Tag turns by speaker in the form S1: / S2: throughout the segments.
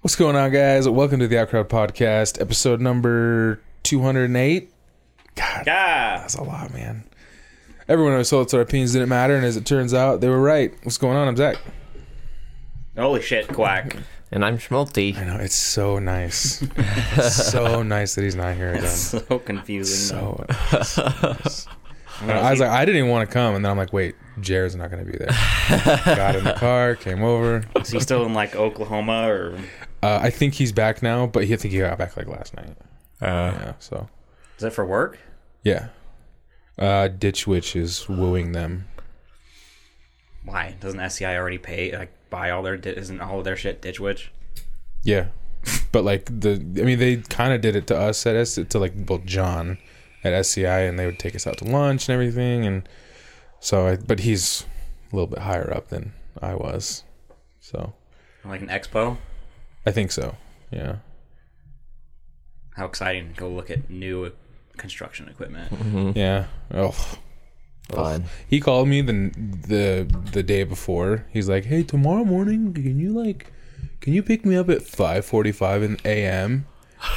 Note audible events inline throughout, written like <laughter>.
S1: What's going on, guys? Welcome to the Out Crowd Podcast, episode number 208. God,
S2: Yeah.
S1: that's a lot, man. Everyone who told us our opinions didn't matter, and as it turns out, they were right. What's going on? I'm Zach.
S2: Holy shit, quack. <laughs>
S3: And I'm Schmalti.
S1: I know, it's so <laughs> nice. It's so nice that he's not here again.
S2: so confusing. though.
S1: So, I, know, <laughs> I was like, I didn't even want to come, and then I'm like, wait, Jared's not going to <laughs> be there. Got in the car, came over.
S2: Is he still in like Oklahoma or
S1: Uh, I think he's back now, but he, I think he got back like last night.
S3: Uh,
S1: Yeah, so
S2: is that for work?
S1: yeah. Uh, Ditch Witch is wooing them.
S2: Why doesn't SCI already pay like buy all their di- isn't all of their shit ditch witch?
S1: Yeah, but like the, I mean, they kind of did it to us at S to like well John at SCI, and they would take us out to lunch and everything, and so I, but he's a little bit higher up than I was, so
S2: Like an expo?
S1: I think so. Yeah,
S2: How exciting! Go look at new construction
S1: <laughs>
S2: equipment.
S1: yeah. Oh,
S3: fun.
S1: he called me the the the day before. He's like, "Hey, tomorrow morning, can you like, can you pick me up at five forty five in a.m.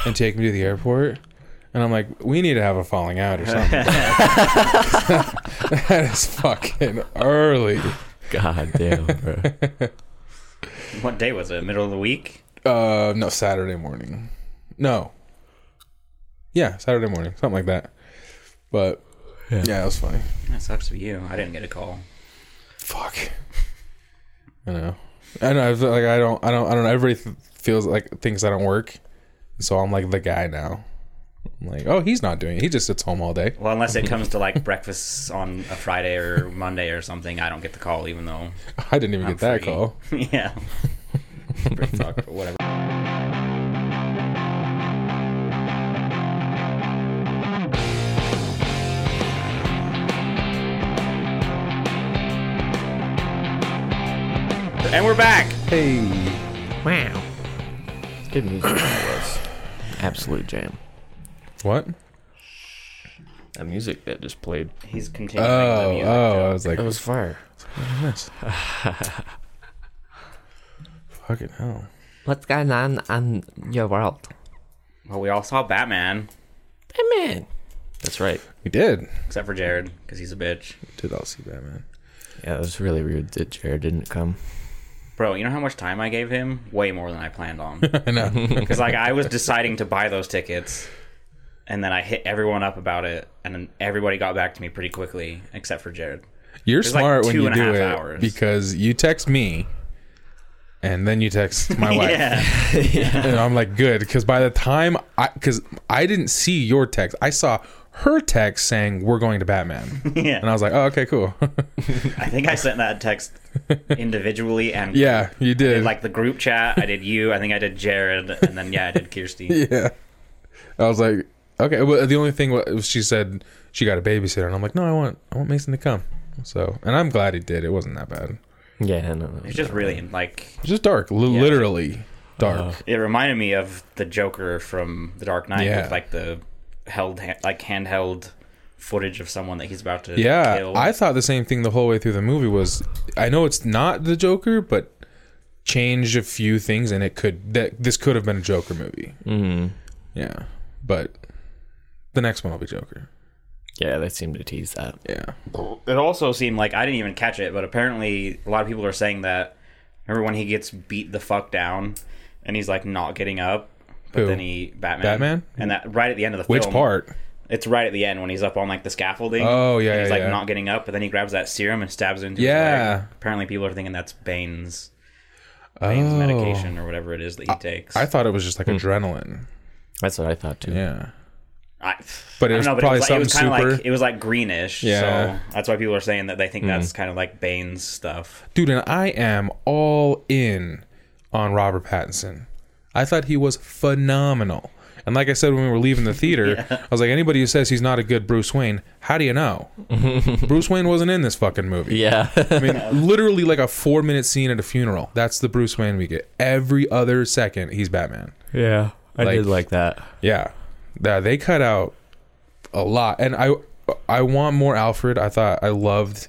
S1: and take me to the airport?" And I'm like, "We need to have a falling out or something." <laughs> that is fucking early.
S3: God damn, bro.
S2: what day was it? Middle of the week?
S1: Uh, no, Saturday morning. No. Yeah, Saturday morning, something like that. But yeah,
S3: Yeah.
S1: it was funny.
S2: That sucks for you. I didn't get a call.
S1: fuck. I know. I know. I feel like I don't. I don't. I don't. know. Everybody th- feels like thinks I don't work, so I'm like the guy now. I'm like, oh, he's not doing it. He just sits home all day. <laughs>
S2: Well, unless it comes to like breakfasts on a Friday or Monday or something, I don't get the call, even though.
S1: I didn't even
S2: I'm
S1: get that
S2: free.
S1: call.
S2: <laughs> yeah. Brick talk, but whatever. And we're back.
S1: Hey,
S3: Wow. Good music that was. Absolute jam.
S1: what?
S3: That music that just played.
S2: He's
S1: Oh,
S2: continuing the
S1: oh!
S2: music.
S1: I
S2: joke.
S1: was like,
S3: That was fire.
S1: fucking hell.
S3: What's going on on your world?
S2: Well, we all saw Batman,
S3: Batman. That's right.
S1: We did.
S2: except for Jared, because he's a bitch.
S1: Did all see Batman?
S3: Yeah, it was really rude that Jared didn't come.
S2: Bro, you know how much time I gave him? Way more than I planned on.
S1: <laughs> I
S2: <laughs>
S1: know.
S2: Because like I was deciding to buy those tickets, and then I hit everyone up about it, and then everybody got back to me pretty quickly, except for Jared.
S1: You're
S2: like
S1: smart when
S2: two
S1: you
S2: and a
S1: do
S2: half
S1: it
S2: hours.
S1: because you text me, and then you text
S2: <laughs>
S1: my wife. <laughs>
S2: Yeah,
S1: and I'm like, good, because by the time I, because I didn't see your text, I saw her text saying we're going to Batman,
S2: <laughs>
S1: and I
S2: yeah.
S1: was like, oh, okay, cool. <laughs>
S2: I think I sent that text individually and
S1: yeah, you
S2: I
S1: did.
S2: did, like the group chat. I did you. I think I did Jared, and then yeah, I did Kirsty.
S1: <laughs> yeah. I was like, okay. Well, the only thing was she said she got a babysitter, and I'm like, no, I want, I want Mason to come. So, and I'm glad he did. It wasn't that bad.
S3: Yeah, no, Uh, no.
S2: It's just really like
S1: It's just dark, li-
S2: Yeah.
S1: literally dark.
S2: it reminded me of the Joker from The Dark Knight
S1: Yeah.
S2: with like the held ha- like handheld footage of someone that he's about to
S1: yeah,
S2: kill.
S1: I thought the same thing the whole way through the movie. Was I know it's not the Joker, but changed a few things, and it could that this could have been a Joker movie.
S3: Mm.
S1: Yeah, but the next one will be Joker.
S3: Yeah, they seem to tease that.
S1: Yeah,
S2: it also seemed like I didn't even catch it, but apparently a lot of people are saying that. Remember when he gets beat the fuck down, and he's like not getting up, but
S1: Who?
S2: then he Batman.
S1: Batman?
S2: And that right at the end of the
S1: which
S2: film,
S1: part?
S2: It's right at the end when he's up on like the scaffolding.
S1: Oh, yeah,
S2: and he's
S1: yeah,
S2: like
S1: yeah.
S2: not getting up, but then he grabs that serum and stabs it into.
S1: Yeah.
S2: His leg. Apparently, people are thinking that's Bane's. Bane's
S1: Oh.
S2: medication or whatever it is that he takes.
S1: I thought it was just like adrenaline.
S3: That's what I thought too.
S1: Yeah,
S2: I,
S1: But it
S2: I
S1: was
S2: don't know,
S1: probably
S2: it was, like-
S1: something
S2: it was kinda
S1: super.
S2: Like, it was like greenish.
S1: Yeah. Hmm.
S2: So that's why people are saying that they think that's kind of like Bane's stuff.
S1: dude, and I am all in on Robert Pattinson. I thought he was phenomenal. And like I said when we were leaving the theater, I was like, anybody who says he's not a good Bruce Wayne, how do you know? Bruce Wayne wasn't in this fucking movie.
S3: Yeah.
S1: I
S3: <laughs>
S1: mean, literally like a four minute scene at a funeral. That's the Bruce Wayne we get. Every other second, he's Batman.
S3: yeah. I
S1: Like-
S3: did like that.
S1: Yeah, yeah, they cut out a lot, and I I want more Alfred. I thought I loved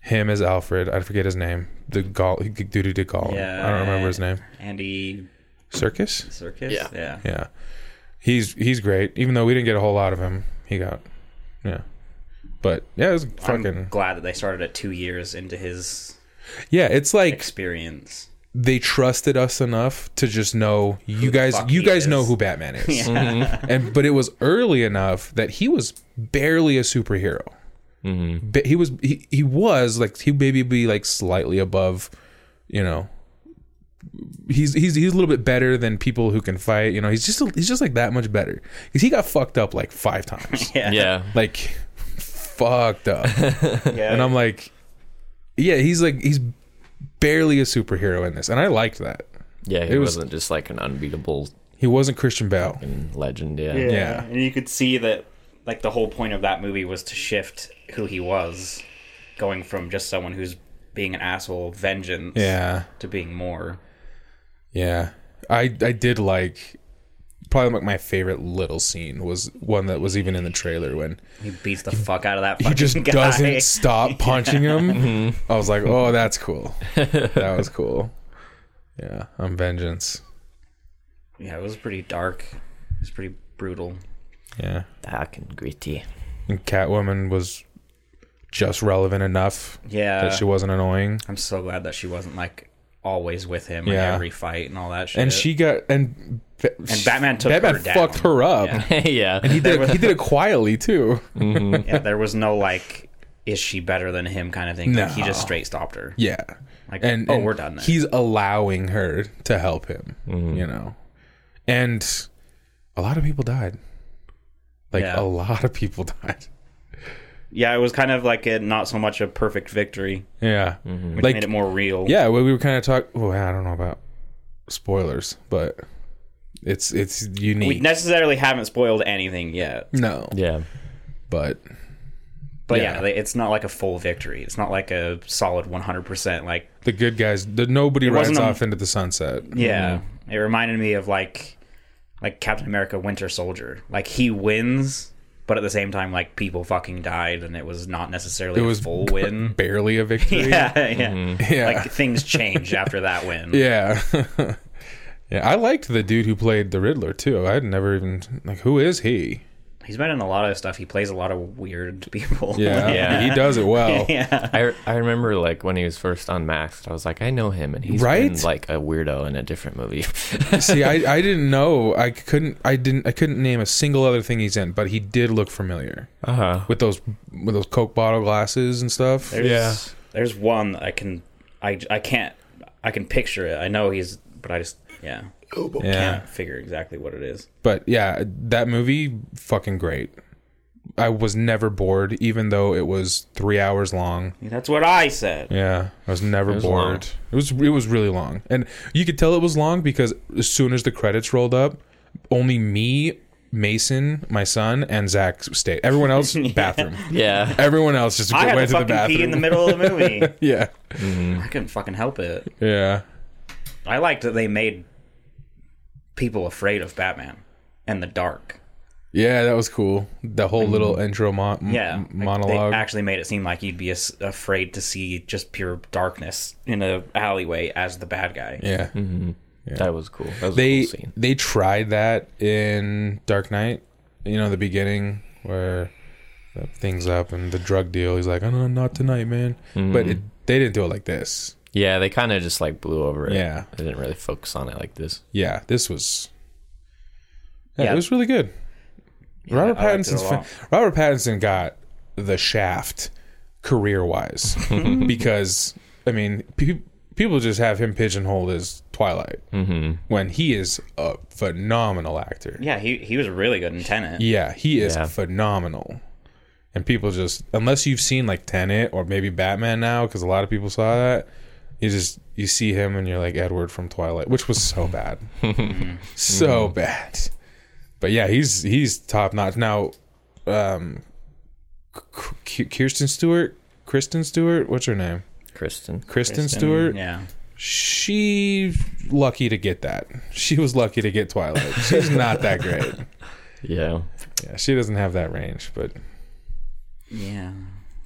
S1: him as Alfred. I forget his name. The Gaul dude who did Gollum.
S2: Yeah.
S1: I don't remember his name.
S2: Andy
S1: Circus.
S2: Circus.
S3: Yeah.
S2: Yeah.
S1: Yeah, he's he's great. Even though we didn't get a whole lot of him, he got yeah. But yeah, it was <laughs> fucking
S2: I'm glad that they started at two years into his
S1: yeah. It's like
S2: experience. <laughs>
S1: they trusted us enough to just know you guys.
S2: fuck
S1: You
S2: he
S1: guys know
S2: is.
S1: who Batman is,
S2: <laughs> Yeah.
S1: and but it was early enough that he was barely a superhero. Ba- He was he, he was like he maybe be like slightly above, you know. He's he's he's a little bit better than people who can fight. You know, he's just he's just like that much better because he got fucked up like five
S2: <laughs>
S1: times.
S2: Yeah.
S3: Yeah.
S1: like fucked up <laughs>
S2: Yeah.
S1: and i'm like yeah he's like he's barely a superhero in this and i liked that
S3: Yeah. He
S1: It was-
S3: was, not just like an unbeatable
S1: he wasn't christian bale
S3: legend. Yeah.
S2: yeah.
S1: Yeah.
S2: And you could see that, like, the whole point of that movie was to shift who he was, going from just someone who's being an asshole, vengeance,
S1: yeah
S2: to being more.
S1: yeah i i did like probably like my favorite little scene was one that was even in the trailer when
S2: He beats the fuck out of that.
S1: he
S2: fucking <laughs>
S1: just
S2: guy.
S1: doesn't stop punching
S2: <laughs>
S1: him
S2: Mm-hmm.
S1: i was like oh that's cool that was cool yeah i'm vengeance
S2: Yeah, it was pretty dark. It was pretty brutal.
S1: yeah
S3: Dark and gritty.
S1: and catwoman was just relevant enough
S2: Yeah.
S1: that she wasn't annoying
S2: I'm so glad that she wasn't like always with him in
S1: Yeah.
S2: every fight and all that shit.
S1: and she got and and
S2: Batman took
S1: Batman
S2: her down.
S1: fucked her up.
S2: Yeah.
S3: <laughs> <laughs> yeah.
S2: <laughs>
S1: He did it, he did it quietly too.
S2: yeah, there was no like, is she better than him kind of thing. Like, he just
S1: No.
S2: straight stopped her.
S1: Yeah,
S2: Like,
S1: and
S2: oh,
S1: and
S2: we're done. Then. Mm-hmm.
S1: He's allowing her to help him. You know, and a lot of people died. Like
S2: Yeah.
S1: a lot of people <laughs> died.
S2: yeah, it was kind of like a not so much a perfect victory,
S1: Yeah,
S2: Mm-hmm. which
S1: like
S2: made it more real.
S1: yeah. We, we were kind of talking. Well, I don't know about spoilers, but it's it's unique.
S2: we necessarily haven't spoiled anything yet,
S1: no,
S3: Yeah.
S1: but
S2: but
S1: Yeah.
S2: yeah. they- it's not like a full victory. It's not like a solid 100. percent Like,
S1: the good guys. The nobody rides
S2: wasn't a-
S1: off into the sunset.
S2: yeah,
S1: Mm-hmm.
S2: it reminded me of like, like Captain America: Winter Soldier. Like he wins, but at the same time, like people fucking died, and it was not necessarily
S1: It
S2: a
S1: was <laughs>
S2: full win.
S1: barely
S2: <laughs>
S1: a victory.
S2: Yeah, yeah.
S1: Yeah.
S2: Like things change after that
S1: <laughs>
S2: win.
S1: Yeah. yeah. I liked the dude who played the Riddler too. I had never even like who is he?
S2: He's been in a lot of stuff. He plays a lot of weird <laughs> people.
S1: Yeah.
S3: Yeah.
S1: He does it well.
S2: <laughs> yeah.
S3: I, I remember like when he was first on Max, I was like, I know him, and he's
S1: Right?
S3: been like a weirdo in a different movie. <laughs>
S1: See, I, I didn't know. I couldn't I didn't I couldn't name a single other thing he's in, but he did look familiar.
S3: uh huh.
S1: With those with those Coke bottle glasses and stuff.
S2: There's, There's one that I can, I, I can't, I can picture it. I know he's, but I just, yeah,
S1: Yeah.
S2: can't figure exactly what it is.
S1: But yeah, that movie fucking great. I was never bored, even though it was three hours long.
S2: That's what I said.
S1: Yeah, I was never
S3: was
S1: bored.
S3: long.
S1: It was it was really long, and you could tell it was long because as soon as the credits rolled up, only me, Mason, my son, and Zach stayed. Everyone
S2: <laughs>
S1: else bathroom.
S3: Yeah.
S1: Everyone else just
S2: I
S1: went to
S2: had to
S1: the
S2: fucking
S1: bathroom.
S2: pee in the middle of the movie. <laughs>
S1: yeah,
S2: I couldn't fucking help it.
S1: yeah,
S2: I liked that they made people afraid of Batman and the dark.
S1: yeah. That was cool. The whole little intro mo- m-
S2: Mm-hmm. Yeah, like,
S1: monologue.
S2: They actually made it seem like you'd be as afraid to see just pure darkness in a alleyway as the bad guy.
S1: yeah,
S3: That was cool. That was a
S1: they
S3: cool scene.
S1: they tried that in Dark Knight. You know, the beginning where the thing's up and the drug deal. He's like, "Oh no, not tonight, man."
S2: Mm-hmm.
S1: But it, they didn't do it like this.
S3: Yeah, they kind of just like blew over it.
S1: Yeah.
S3: They didn't really focus on it like this.
S1: Yeah, this was. Yeah,
S2: Yeah.
S1: it was really good. Robert
S2: I liked it a
S1: Pattinson's
S2: lot.
S1: fa- Robert Pattinson got the shaft career
S2: <laughs>
S1: wise because I mean pe- people just have him pigeonholed as Twilight
S2: Mm-hmm.
S1: when he is a phenomenal actor.
S2: Yeah, he he was really good in Tenet.
S1: Yeah, he is
S3: Yeah.
S1: phenomenal. And people just, unless you've seen like Tenet or maybe Batman now, because a lot of people saw that, you just you see him and you're like Edward from Twilight, which was so bad, so bad. But yeah, he's he's top notch now. Um, K- K- Kirsten Stewart, Kristen Stewart, what's her name?
S3: Kristen.
S1: Kristen,
S2: And-
S1: Stewart.
S2: Yeah.
S1: She lucky to get that. She was lucky to get Twilight. She's not that great.
S3: Yeah.
S1: Yeah, she doesn't have that range, but
S2: Yeah.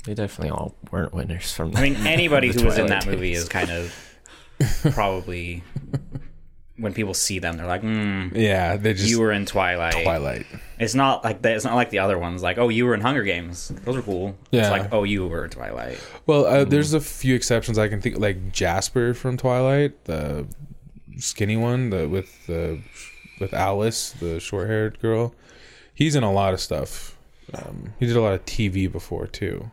S3: They definitely all weren't winners from
S2: I
S3: that.
S2: mean, anybody
S1: <laughs>
S3: The
S2: who was in
S3: Twilight
S2: that movie
S3: days.
S2: is kind of probably when people see them, they're like, mm,
S1: Yeah, they just
S2: "You were in Twilight."
S1: Twilight.
S2: It's not like that. It's not like the other ones. Like, oh, you were in Hunger Games. Those are cool.
S1: Yeah.
S2: It's like, oh, you were in Twilight.
S1: Well, uh, there's a few exceptions I can think, like Jasper from Twilight, the skinny one, the with the with Alice, the short-haired girl. He's in a lot of stuff. Um, he did a lot of TV before too,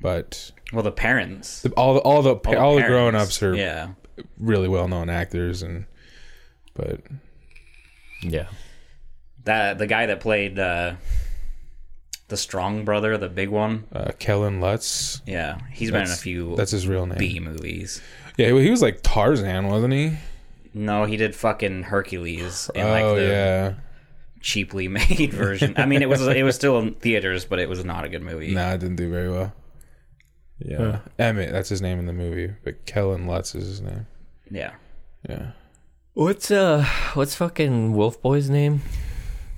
S1: but
S2: Well, the parents.
S1: the, all the all the all, the
S2: parents.
S1: grown-ups are
S2: Oh, Yeah.
S1: really well-known actors, and but
S3: Yeah.
S2: That the guy that played uh, the strong brother, the big one.
S1: uh, Kellen Lutz,
S2: Yeah, he's been in a
S1: That's-
S2: few
S1: that's his real name.
S2: B movies.
S1: Yeah, well, he was like Tarzan, wasn't he?
S2: No, he did fucking Hercules in like
S1: oh
S2: the
S1: yeah,
S2: cheaply <laughs> made version. I mean, it was it was still in theaters, but it was not a good movie.
S1: No, it didn't do very well. Yeah. Emmett, that's his name in the movie, but Kellen Lutz is his name.
S2: Yeah,
S1: Yeah.
S3: What's uh what's fucking Wolf Boy's name?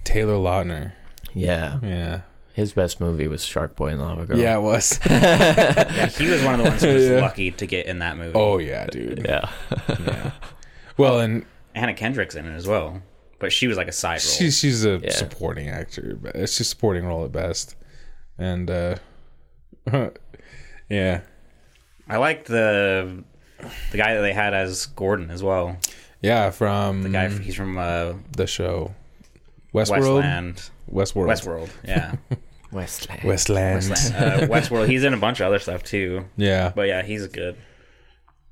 S1: Taylor Lautner.
S3: Yeah.
S1: Yeah.
S3: His best movie was Shark Boy and Lava Girl.
S1: Yeah, it was.
S2: yeah, he was one of the ones who
S1: <laughs>
S2: was
S1: Yeah.
S2: lucky to get in that movie.
S1: <laughs> oh yeah, dude.
S3: Yeah.
S1: Yeah. Well, and
S2: Anna Kendrick's in it as well, but she was like a side role.
S1: she's she's a
S3: Yeah.
S1: supporting actor, but it's just supporting role at best. And uh <laughs> yeah.
S2: I liked the the guy that they had as Gordon as well.
S1: Yeah, from
S2: The guy he's from uh,
S1: the show Mm. Westworld.
S2: Westland,
S1: Westworld.
S2: Westworld. Yeah,
S3: Westland.
S1: Westland.
S2: Westland.
S1: <laughs>
S2: Uh, Westworld. He's in a bunch of other stuff too.
S1: Yeah.
S2: But yeah, he's good.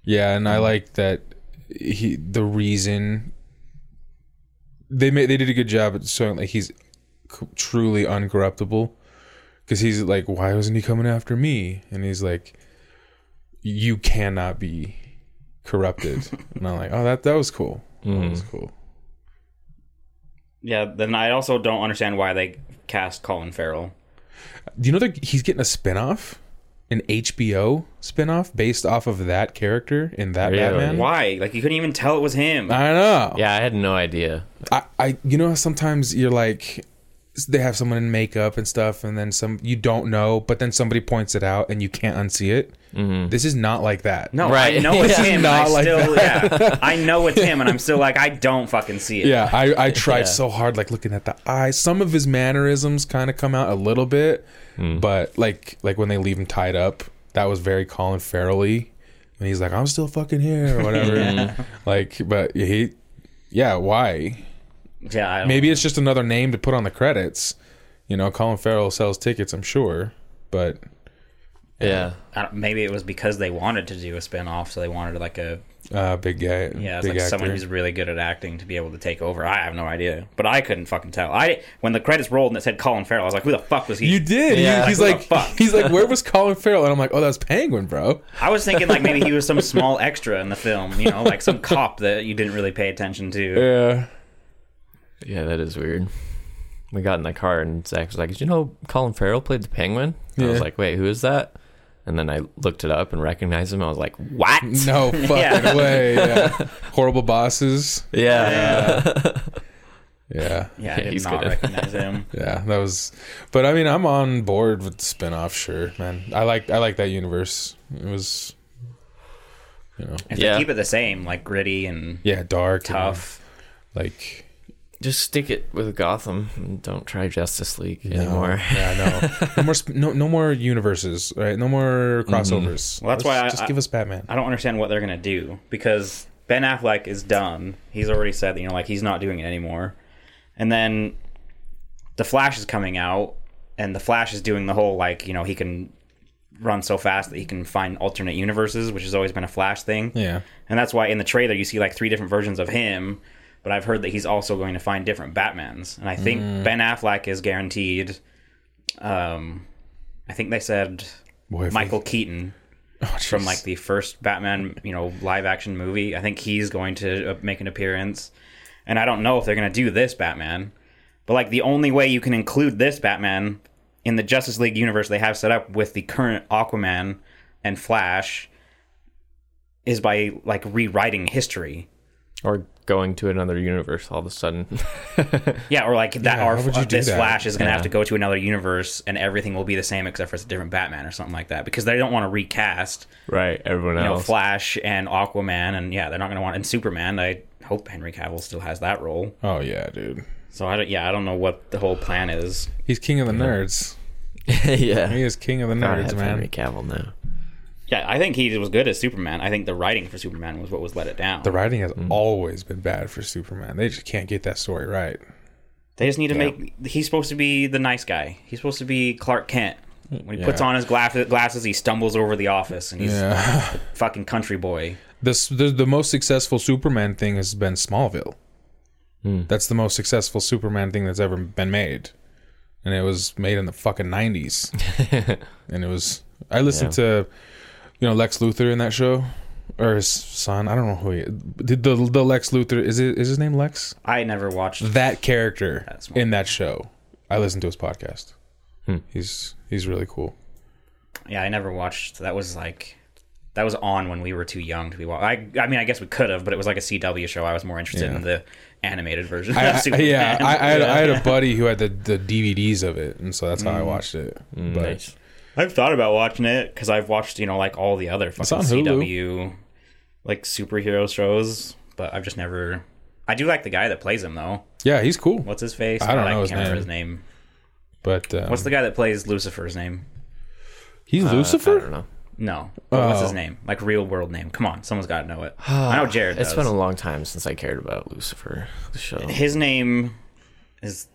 S1: Yeah, and I like that he the reason they made they did a good job at showing like he's c- truly uncorruptible because he's like, why wasn't he coming after me? And he's like, you cannot be corrupted. and I'm like, oh, that that was cool. That was cool.
S2: Yeah. Then I also don't understand why they cast Colin Farrell.
S1: Do you know that he's getting a spinoff? An HBO spinoff based off of that character in that
S3: Really?
S1: Batman?
S2: Why? Like you couldn't even tell it was him.
S1: I know.
S3: Yeah, I had no idea.
S1: I, I you know how sometimes you're like they have someone in makeup and stuff and then some you don't know but then somebody points it out and you can't unsee it this is not like that
S2: No, I
S3: Right.
S2: know it's
S1: <laughs>
S3: This is
S2: him.
S1: not
S2: and I
S1: like <laughs>
S2: still, yeah, I know it's him, and I'm still like, I don't fucking see it.
S1: yeah i, I tried
S3: Yeah.
S1: so hard like looking at the eyes some of his mannerisms kind of come out a little bit but like like when they leave him tied up that was very colin farrelly when he's like i'm still fucking here or whatever like but he yeah why
S2: yeah. I don't-
S1: Maybe it's just another name to put on the credits. You know, Colin Farrell sells tickets, I'm sure, but
S3: Yeah.
S2: I don't- maybe it was because they wanted to do a spinoff, so they wanted like a
S1: uh, big guy,
S2: yeah, it's
S1: big
S2: like
S1: actor.
S2: someone who's really good at acting to be able to take over. I have no idea, but I couldn't fucking tell. I when the credits rolled and it said Colin Farrell, I was like, who the fuck was he?
S1: you did.
S3: Yeah,
S1: He- he's like,
S2: like, what the fuck?
S1: he's like, where was Colin Farrell? And I'm like, oh, that's Penguin, bro.
S2: I was thinking like maybe he
S1: <laughs>
S2: was some small extra in the film, you know, like some cop that you didn't really pay attention to.
S1: Yeah,
S3: Yeah, that is weird. We got in the car and Zach was like, "Did you know Colin Farrell played the Penguin?" And I was
S1: Yeah.
S3: like, "Wait, who is that?" And then I looked it up and recognized him. I was like,
S1: <laughs>
S2: <laughs>
S3: "What?"
S1: no fucking
S2: Yeah.
S1: way.
S2: <laughs>
S1: Yeah. Horrible bosses.
S3: Yeah.
S1: Yeah,
S2: Yeah,
S1: <laughs>
S2: I did
S3: He's
S2: not
S3: good.
S2: recognize him.
S1: yeah, that was. But I mean, I'm on board with the spinoff. Sure, man. I like I like that universe. It was, you know,
S2: If
S3: Yeah.
S2: they keep it the same, like gritty and
S1: yeah, dark, and,
S2: tough.
S1: like
S3: Just stick it with Gotham and don't try Justice League
S1: No.
S3: anymore.
S1: <laughs>
S3: <laughs>
S1: Yeah, no, no more, sp- no, no more universes, right? No more crossovers.
S2: Mm-hmm. Well, that's why
S1: Let's
S2: I-
S1: just
S2: I-
S1: give us Batman.
S2: I don't understand what they're gonna do because Ben Affleck is done. He's already said that you know, like he's not doing it anymore. And then the Flash is coming out, and the Flash is doing the whole like you know he can run so fast that he can find alternate universes, which has always been a Flash thing.
S1: yeah,
S2: And that's why in the trailer you see like three different versions of him. But I've heard that he's also going to find different Batmans, and I think Ben Affleck is guaranteed. Um, I think they said
S1: Boy, if
S2: Michael Keaton
S1: they- oh,
S2: from
S1: jeez.
S2: like the first Batman, you know, live action movie. I think he's going to uh, make an appearance, and I don't know if they're going to do this Batman, but like the only way you can include this Batman in the Justice League universe they have set up with the current Aquaman and Flash is by like rewriting history.
S3: or going to another universe all of
S1: <laughs>
S3: a sudden.
S2: Yeah, or like that.
S1: Yeah,
S2: or
S1: how would you do
S2: this
S1: that?
S2: Flash is going to have
S3: Yeah.
S2: to go to another universe, and everything will be the same except for it's a different Batman or something like that because they don't want to recast.
S3: right. Everyone
S2: you know,
S3: else.
S2: Flash and Aquaman, and yeah, they're not going to want and Superman. I hope Henry Cavill still has that role.
S1: Oh yeah, dude.
S2: So I don't, yeah, I don't know what the whole plan is.
S1: He's king of the nerds. He
S3: <laughs> yeah.
S1: is king of the
S3: Gotta
S1: nerds,
S3: have
S1: man.
S3: Henry Cavill now.
S2: Yeah, I think he was good as Superman. I think the writing for Superman was what was let it down.
S1: The writing has
S2: Mm-hmm.
S1: always been bad for Superman. They just can't get that story right.
S2: They just need to make. He's supposed to be the nice guy. He's supposed to be Clark Kent. When he puts
S1: Yeah.
S2: on his glass, glasses, he stumbles over the office, and he's <laughs>
S1: Yeah.
S2: a fucking country boy.
S1: This the the most successful Superman thing has been Smallville. That's the most successful Superman thing that's ever been made, and it was made in the fucking nineties. and it was I listened to, you know, Lex Luthor in that show, or his son. I don't know who he did. The the Lex Luthor is it is his name Lex?
S2: I never watched.
S1: That character
S2: That's-
S1: in that show. I listened to his podcast. He's he's really cool.
S2: Yeah, I never watched. That was like, that was on when we were too young to be watching. I, I mean, I guess we could have, but it was like a CW show. I was more interested
S1: Yeah.
S2: in the animated version.
S1: I-
S2: of
S1: I-
S2: <laughs> Superman.
S1: yeah, I, I, had, I had a buddy who had the, the DVDs of it, and so that's how I watched it. but
S3: Nice.
S2: <laughs> I've thought about watching it because I've watched, you know, like all the other fucking
S1: on Hulu.
S2: CW, like superhero shows, but I've just never. I do like the guy that plays him though.
S1: yeah, he's cool.
S2: What's his face?
S1: I don't
S2: I
S1: know his
S2: can't
S1: name.
S2: remember his name.
S1: But um,
S2: What's the uh, guy that plays Lucifer's name?
S1: he's
S3: I don't
S1: Lucifer?
S3: know.
S2: No. But What's his
S1: Oh.
S2: name? Like real world name. Come on, someone's got to know it. I know Jared
S3: It's
S2: does.
S3: been a long time since I cared about Lucifer, the show.
S2: his name is.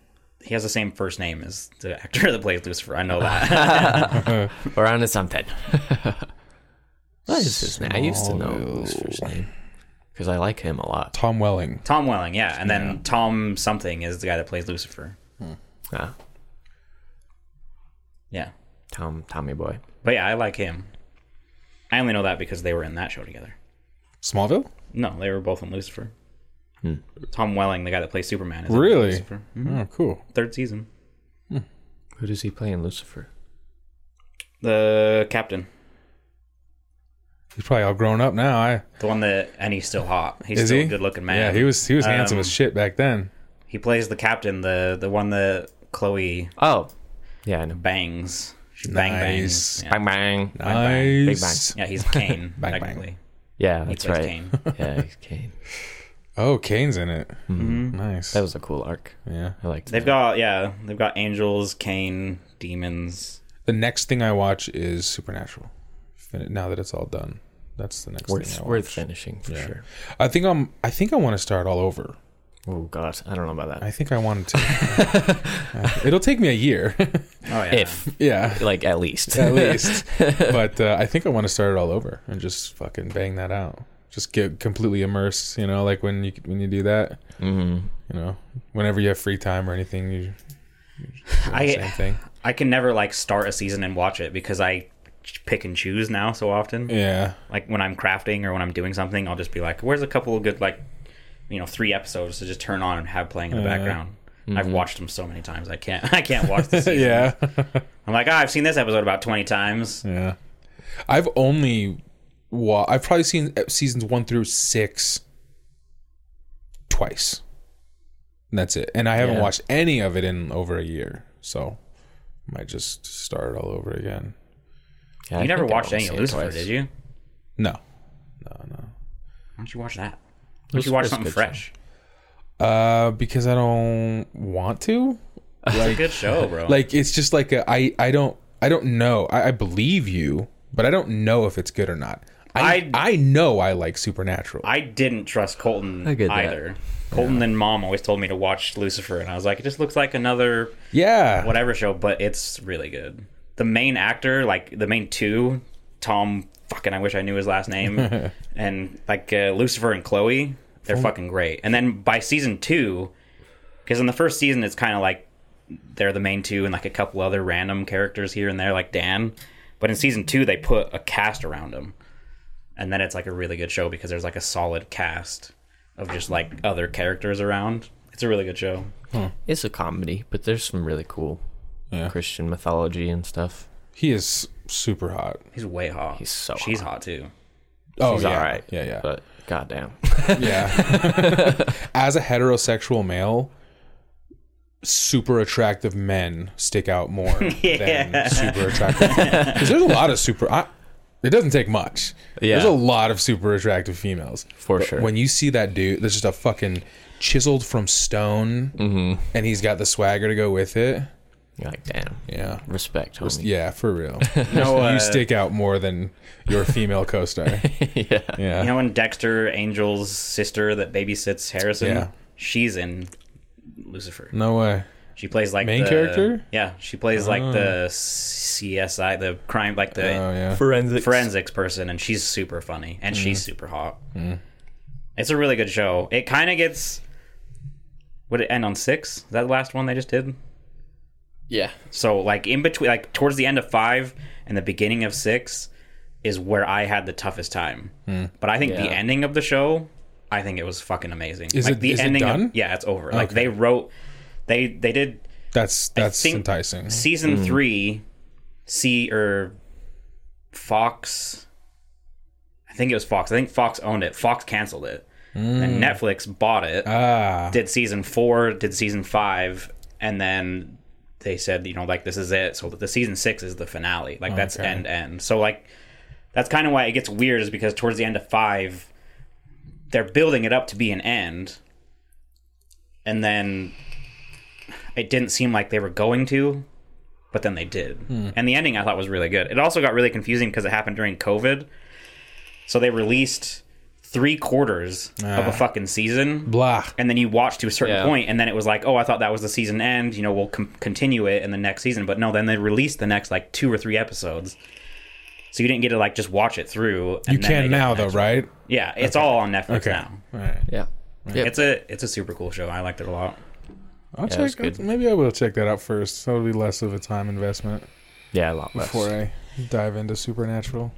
S2: He has the same first name as the actor <laughs> that plays Lucifer. I know that.
S1: <laughs>
S3: We're
S2: <laughs>
S3: onto something. what is his name? I used to know
S1: Smallville.
S3: Lucifer's name because I like him a lot.
S1: Tom Welling.
S2: Tom Welling, yeah, and then Tom something is the guy that plays Lucifer.
S3: Ah,
S2: Yeah.
S3: Tom, Tommy Boy.
S2: But yeah, I like him. I only know that because they were in that show together.
S1: Smallville?
S2: No, they were both in Lucifer. Tom Welling, the guy that plays Superman, is in
S1: Hmm. Really?
S2: Lucifer.
S1: Oh, cool.
S2: Third season,
S3: Who does he play in Lucifer?
S2: the captain,
S1: He's probably all grown up now. I
S2: the one that, and he's still hot. He's
S1: is
S2: still
S1: he
S2: a good-looking man.
S1: Yeah, he was he was handsome
S2: Um,
S1: as shit back then.
S2: He plays the captain, the the one that Chloe
S3: Oh, yeah, I know.
S2: bangs. She bang
S1: Nice.
S2: bangs. Yeah.
S3: Bang bang.
S2: bang.
S1: Nice.
S2: Yeah, he's <laughs> Kane
S1: Bang, bang.
S2: technically. He
S3: Yeah, that's
S2: plays
S3: right.
S2: Kane.
S3: <laughs> Yeah, he's Kane.
S1: Oh, Kane's in it.
S2: Mm-hmm.
S1: Nice.
S3: That was a cool arc.
S1: yeah.
S3: I liked
S2: They've
S3: that.
S2: got yeah, they've got angels, Kane, demons.
S1: The next thing I watch is Supernatural. Fin- Now that it's all done, that's the next
S3: Worth,
S1: thing. I,
S3: worth finishing for sure.
S1: watch. I think I'm. I think I want to start all over.
S3: Oh god, I don't know about that.
S1: I think I wanted
S2: <laughs>
S1: to. It'll take me a year. <laughs>
S2: Oh yeah.
S3: If
S1: yeah.
S3: like
S2: <laughs>
S3: at
S1: <laughs>
S3: least.
S1: at
S3: <laughs>
S1: least. but uh, I think I want to start it all over and just fucking bang that out. Just get completely immersed, you know, like when you when you do that,
S3: Mhm.
S1: you know, whenever you have free time or anything, you, you do the
S2: I-
S1: same thing.
S2: I can never like start a season and watch it because I ch- pick and choose now so often.
S1: Yeah,
S2: Like when I'm crafting or when I'm doing something, I'll just be like, "Where's a couple of good like, you know, three episodes to just turn on and have playing in the
S1: Yeah.
S2: background."
S3: Mm-hmm.
S2: I've watched them so many times. I can't. <laughs> I can't watch the season.
S1: yeah,
S2: I'm like, ah, I've seen this episode about 20 times.
S1: yeah. I've only, wa- I've probably seen uh, seasons one through six twice. And that's it, and I haven't
S3: Yeah.
S1: watched any of it in over a year, so might just start all over again.
S3: Yeah, I
S2: you never
S3: think I
S2: watched
S3: only
S2: any of
S3: seen it
S2: Lucifer,
S3: twice.
S2: did you? Why
S1: No, no, no.
S2: don't you watch that? Why don't
S3: Lucifer's
S2: you watch
S3: a
S2: something
S3: good
S2: fresh?
S1: Uh, because I don't want to.
S2: It's a good show,
S3: <laughs>
S2: bro.
S1: Like, it's just like a, I, I don't, I don't know. I, I believe you, but I don't know if it's good or not. I, I, know I like Supernatural.
S2: I didn't trust Colton
S3: I get that.
S2: either. Colton and mom always told me to watch Lucifer, and I was like, it just looks like another
S1: yeah,
S2: whatever show, but it's really good. The main actor, like the main two, Tom fucking I wish I knew his last name, <laughs> and like uh, Lucifer and Chloe, they're fucking great. And then by season two, because in the first season it's kind of like they're the main two and like a couple other random characters here and there, like Dan. But in season two, they put a cast around them, and then it's like a really good show because there's like a solid cast of just like other characters around. It's a really good show.
S3: It's a comedy, but there's some really cool
S1: Yeah.
S3: Christian mythology and stuff.
S1: he is super hot.
S2: He's way hot. He's
S3: so
S2: She's hot too.
S1: Oh,
S3: He's
S1: yeah,
S3: all right.
S1: yeah, yeah,
S3: But
S1: <laughs>
S3: goddamn.
S1: yeah.
S3: <laughs>
S1: As a heterosexual male, super attractive
S3: <laughs>
S1: men stick out more than super attractive. Because there's a lot of super. I, It doesn't take much.
S3: Yeah.
S1: There's a lot of super attractive females.
S3: For
S1: But
S3: sure.
S1: When you see that dude, there's just a fucking chiseled from stone
S3: Mm-hmm.
S1: and he's got the swagger to go with it.
S3: You're like, damn.
S1: Yeah.
S3: Respect, homie.
S1: Yeah, for
S3: <laughs>
S1: real.
S2: No, uh,
S1: you stick out more than your female co star.
S3: <laughs> yeah.
S1: Yeah.
S2: You know, in Dexter, Angel's sister that babysits Harrison,
S1: Yeah.
S2: she's in Lucifer.
S1: no way.
S2: She plays like
S1: Main
S2: the,
S1: character?
S2: Yeah, she plays like the CSI, the crime, like the
S1: Oh, yeah. Mm.
S3: Forensics.
S2: forensics person, and she's super funny and she's super hot. It's a really good show. It kind of gets. Would it end on six? Is that the last one they just did?
S3: Yeah.
S2: So like in between, like towards the end of five and the beginning of six, is where I had the toughest time.
S1: Hmm.
S2: But I think the
S3: Yeah.
S2: ending of the show, I think it was fucking amazing.
S1: Is
S2: like
S1: it-
S2: the
S1: is it
S2: ending?
S1: done?
S2: Of, yeah, it's over. Like
S1: Okay.
S2: they wrote, they they did
S1: That's that's
S2: think-
S1: enticing.
S2: season
S1: Hmm.
S2: three, C or Fox. I think it was Fox. I think Fox owned it. Fox canceled it, and Netflix bought it.
S1: Hmm. Ah.
S2: did season four, did season five, and then they said, you know, like this is it. So the season six is the finale. Like that's
S1: Okay.
S2: end end. So like that's kind of why it gets weird is because towards the end of five, they're building it up to be an end, and then it didn't seem like they were going to, but then they did. And the ending I thought was really good. It also got really confusing because it happened during COVID, so they released three quarters of a fucking season
S1: Blah.
S2: and then you watch to a certain
S3: Yeah.
S2: point, and then it was like, oh, I thought that was the season end. You know, we'll com- continue it in the next season, but no. Then they released the next like two or three episodes, so you didn't get to like just watch it through. And
S1: You
S2: then they
S1: can
S2: did
S1: now
S2: the
S1: though,
S2: next-
S1: right?
S2: Yeah, it's all on Netflix
S1: Okay.
S2: now.
S1: All right.
S3: Yeah. Yeah.
S2: It's a it's a super cool show. I liked it a lot.
S1: I'll
S3: Yeah, that's
S1: check. I'll-
S3: good.
S1: maybe I will check that out first. That'll be less of a time investment
S3: yeah, a lot less.
S1: before I dive into Supernatural.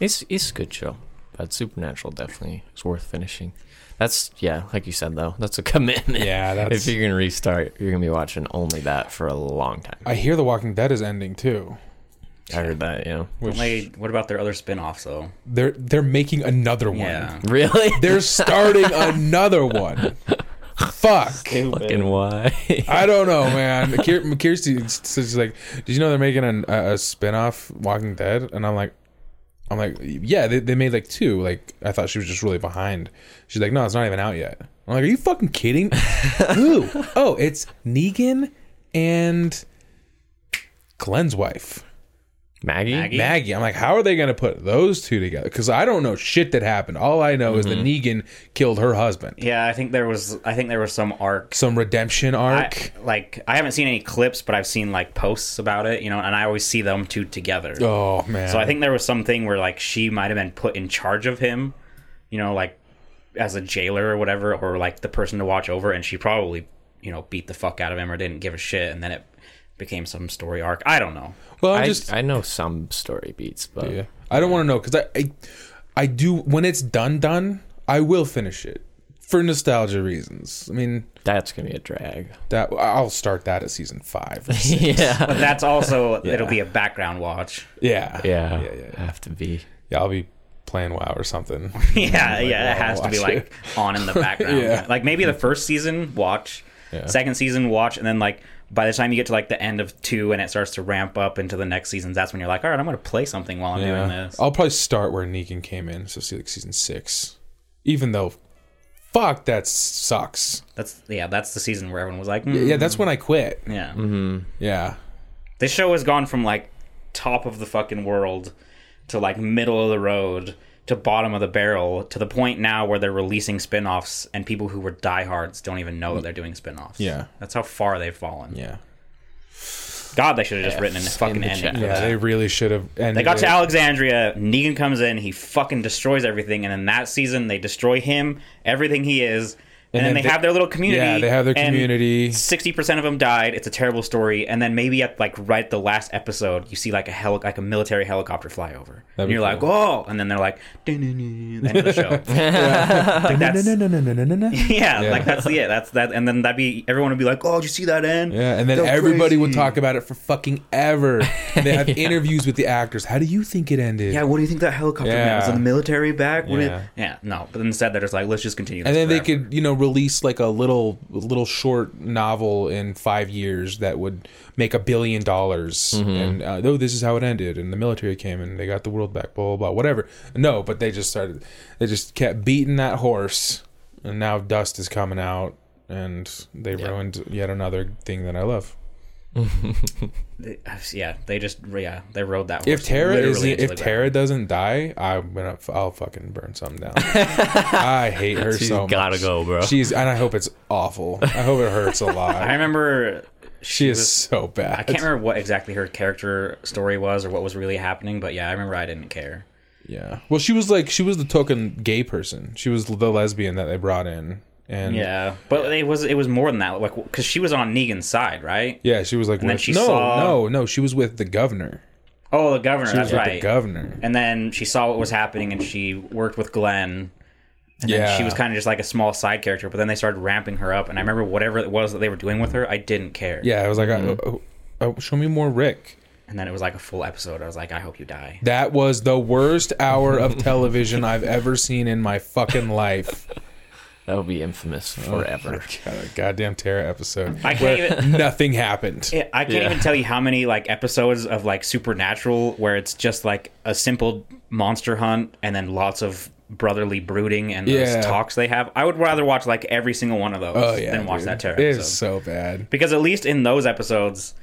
S3: It's it's a good show, but Supernatural definitely is worth finishing. That's yeah, like you said though, that's a <laughs> commitment.
S1: Yeah,
S3: If
S1: that's.
S3: you're gonna restart, you're gonna be watching only that for a long time.
S1: I hear The Walking Dead is ending too.
S3: I heard
S1: <laughs>
S3: that, yeah.
S1: Which
S2: Only, what about their other spin-offs though?
S1: they're they're making another one.
S2: Yeah,
S3: Really?
S1: <laughs> They're starting another one. Fuck. <laughs>
S3: Fucking why?
S1: I don't know, man. Kier- Kirsty, she's like, "Did you know they're making an, a, a spin-off Walking Dead?" And I'm like, "I'm like, yeah, they, they made like two. Like, I thought she was just really behind." She's like, "No, it's not even out yet." I'm like, "Are you fucking
S2: <laughs>
S1: kidding? Who? Oh, it's Negan and Glenn's wife,
S3: Maggie?
S2: Maggie?
S1: Maggie." I'm like, "How are they gonna put those two together?" Because I don't know shit that happened. All I know is that
S2: Mm-hmm.
S1: Negan killed her husband.
S2: yeah. I think there was I think there was some arc.
S1: Some redemption
S2: I,
S1: arc.
S2: like I haven't seen any clips, but I've seen like posts about it. You know, and I always see them two together.
S1: oh man.
S2: So I think there was something where like she might have been put in charge of him, you know, like as a jailer or whatever, or like the person to watch over, and she probably, you know, beat the fuck out of him or didn't give a shit, and then it became some story arc. I don't know.
S1: Well, I'm
S3: I,
S1: just
S3: I know some story beats, but
S1: Yeah. I don't want to know because I, I, I do when it's done, done. I will finish it for nostalgia reasons. I mean,
S3: that's gonna be a
S1: <laughs>
S3: drag.
S1: that I'll start that at season
S2: <laughs>
S1: five.
S3: <laughs> yeah.
S2: But that's <laughs> also it'll be a background watch.
S1: yeah.
S3: yeah.
S1: yeah, yeah.
S3: Have to be.
S1: Yeah, I'll be playing WoW or something.
S2: <laughs> yeah, yeah, it
S1: I'll
S2: has to be
S1: watch
S2: like on in the <laughs> background.
S1: Yeah.
S2: Like maybe the first season watch,
S1: Yeah.
S2: second season watch, and then like by the time you get to like the end of two and it starts to ramp up into the next season, that's when you're like, all right, I'm gonna play something while I'm <laughs> doing
S1: Yeah.
S2: this.
S1: I'll probably start where Negan came in, so see like season six. Even though, fuck, that sucks.
S2: That's yeah, that's the season where everyone was like, "Hmm,
S1: Yeah, Mm-hmm. that's when I quit.
S2: Yeah.
S1: Yeah,
S2: This show has gone from like top of the fucking world to like middle of the road to bottom of the barrel to the point now where they're releasing spin-offs and people who were diehards don't even know that they're doing spin-offs.
S1: Yeah.
S2: That's how far they've fallen.
S1: yeah,
S2: God, they should have just written a
S3: F's
S2: fucking
S3: in the
S2: ending.
S3: chat.
S2: for
S1: yeah.
S2: that.
S1: They really should have.
S2: They got to Alexandria. Negan comes in. He fucking destroys everything. And in that season, they destroy him, everything he is. And, then
S1: then
S2: they,
S1: they-
S2: have their little community.
S1: Yeah, they have their
S2: and
S1: community.
S2: 60% of them died. It's a terrible story. And then maybe at like right at the last episode, you see like a heli- like a military helicopter fly over.
S1: That'd
S2: and
S1: be
S2: you're like,
S1: cool.
S2: "Oh!" And then they're like, "Dun-dun-dun," end of
S1: <laughs>
S2: the show. like that's
S1: no, no, no, no, no, no, no.
S2: yeah,
S1: Yeah.
S2: like that's the it. That's that and then that'd be everyone would be like, "Oh, did you see that end?"
S1: Yeah, and then
S2: They're
S1: everybody would
S2: crazy.
S1: talk about it for fucking ever. They
S2: <laughs>
S1: have interviews with the actors. How do you think it ended?
S2: Yeah, what do you think that helicopter meant? Was
S1: Yeah.
S2: the military back? What do you-
S1: Yeah.
S2: yeah, no. But instead, they're just like, let's just continue. This
S1: and then they
S2: forever."
S1: could, you know, release like a little little short novel in five years that would make a billion dollars,
S2: Mm-hmm.
S1: and uh, oh, this is how it ended, and the military came and they got the world back, blah blah blah, whatever. No, but they just started, they just kept beating that horse, and now dust is coming out, and they
S3: Yeah.
S1: ruined yet another thing that I love.
S2: They- uh, yeah, they just yeah they rode that.
S1: If
S2: horse
S1: Terra
S2: literally
S1: is
S2: into
S1: if
S2: the ground.
S1: Terra doesn't die, I'm gonna I'll fucking burn something
S2: <laughs>
S1: down. I hate her
S3: She's
S1: so
S3: gotta
S1: much.
S3: go, bro.
S1: She's and I hope it's awful. I hope it hurts
S2: <laughs>
S1: a
S2: I
S1: lot.
S2: remember
S1: she is so bad.
S2: I can't remember what exactly her character story was or what was really happening, but yeah, I remember I didn't care.
S1: Yeah. Well, she was like she was the token gay person. She was the lesbian that they brought in, and
S2: Yeah, but it was it was more than that, like because she was on Negan's side, right?
S1: yeah, she was like
S2: then
S1: with-
S2: she
S1: no,
S2: saw-
S1: no, no. She was with the governor.
S2: Oh, the governor,
S1: She was
S2: that's
S1: with
S2: right.
S1: the governor.
S2: and then she saw what was happening, and she worked with Glenn. And
S1: Yeah.
S2: then she was kind of just like a small side character, but then they started ramping her up, and I remember whatever it was that they were doing with her, I didn't care.
S1: Yeah, I was like, I,
S2: Mm-hmm.
S1: oh, oh, show me more Rick.
S2: And then it was like a full episode. I was like, I hope you die.
S1: That was the worst hour of television I've ever seen in my fucking life.
S3: That would be infamous
S1: Oh,
S3: forever.
S1: God, a goddamn Terra episode.
S2: I can't even.
S1: Nothing happened.
S2: Yeah, I can't
S3: Yeah.
S2: even tell you how many like episodes of like Supernatural where it's just like a simple monster hunt and then lots of brotherly brooding and those
S1: Yeah.
S2: talks they have. I would rather watch like every single one of those
S1: Oh yeah,
S2: than watch
S1: dude.
S2: that terror
S1: It
S2: episode.
S1: is so bad.
S2: Because at least in those episodes,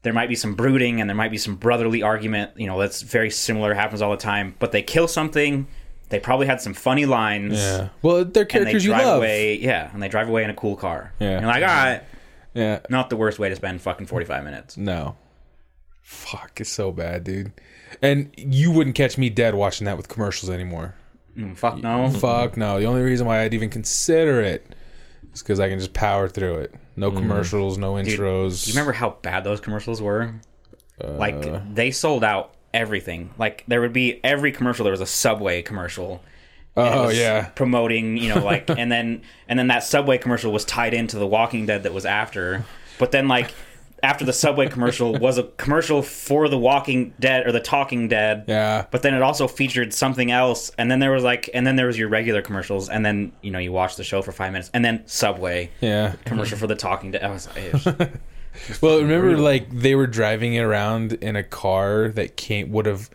S2: there might be some brooding and there might be some brotherly argument. You know, that's very similar, happens all the time. But they kill something. They probably had some funny lines.
S1: Yeah. Well, they're
S2: And they
S1: characters you
S2: drive
S1: love.
S2: away. Yeah, and they drive away in a cool car.
S1: Yeah.
S2: And like, all right,
S1: Yeah.
S2: not the worst way to spend fucking forty five minutes.
S1: No. Fuck, it's so bad, dude. And you wouldn't catch me dead watching that with commercials anymore.
S2: Mm, fuck no.
S1: Fuck no. The only reason why I'd even consider it is because I can just power through it. No commercials, no intros.
S2: Do Mm-hmm. you remember how bad those commercials were?
S1: Uh.
S2: like they sold out everything. Like there would be every commercial. There was a Subway commercial. and it
S1: Oh
S2: was
S1: yeah.
S2: promoting you
S1: <laughs>
S2: know like and then and then that Subway commercial was tied into the Walking Dead that was after. But then like after the Subway commercial was a commercial for the Walking Dead or the Talking Dead.
S1: Yeah.
S2: But then it also featured something else, and then there was like, and then there was your regular commercials, and then you know you watch the show for five minutes, and then Subway
S1: Yeah.
S2: commercial for the Talking Dead. I was, it was
S1: Well, remember like they were driving around in a car that came would have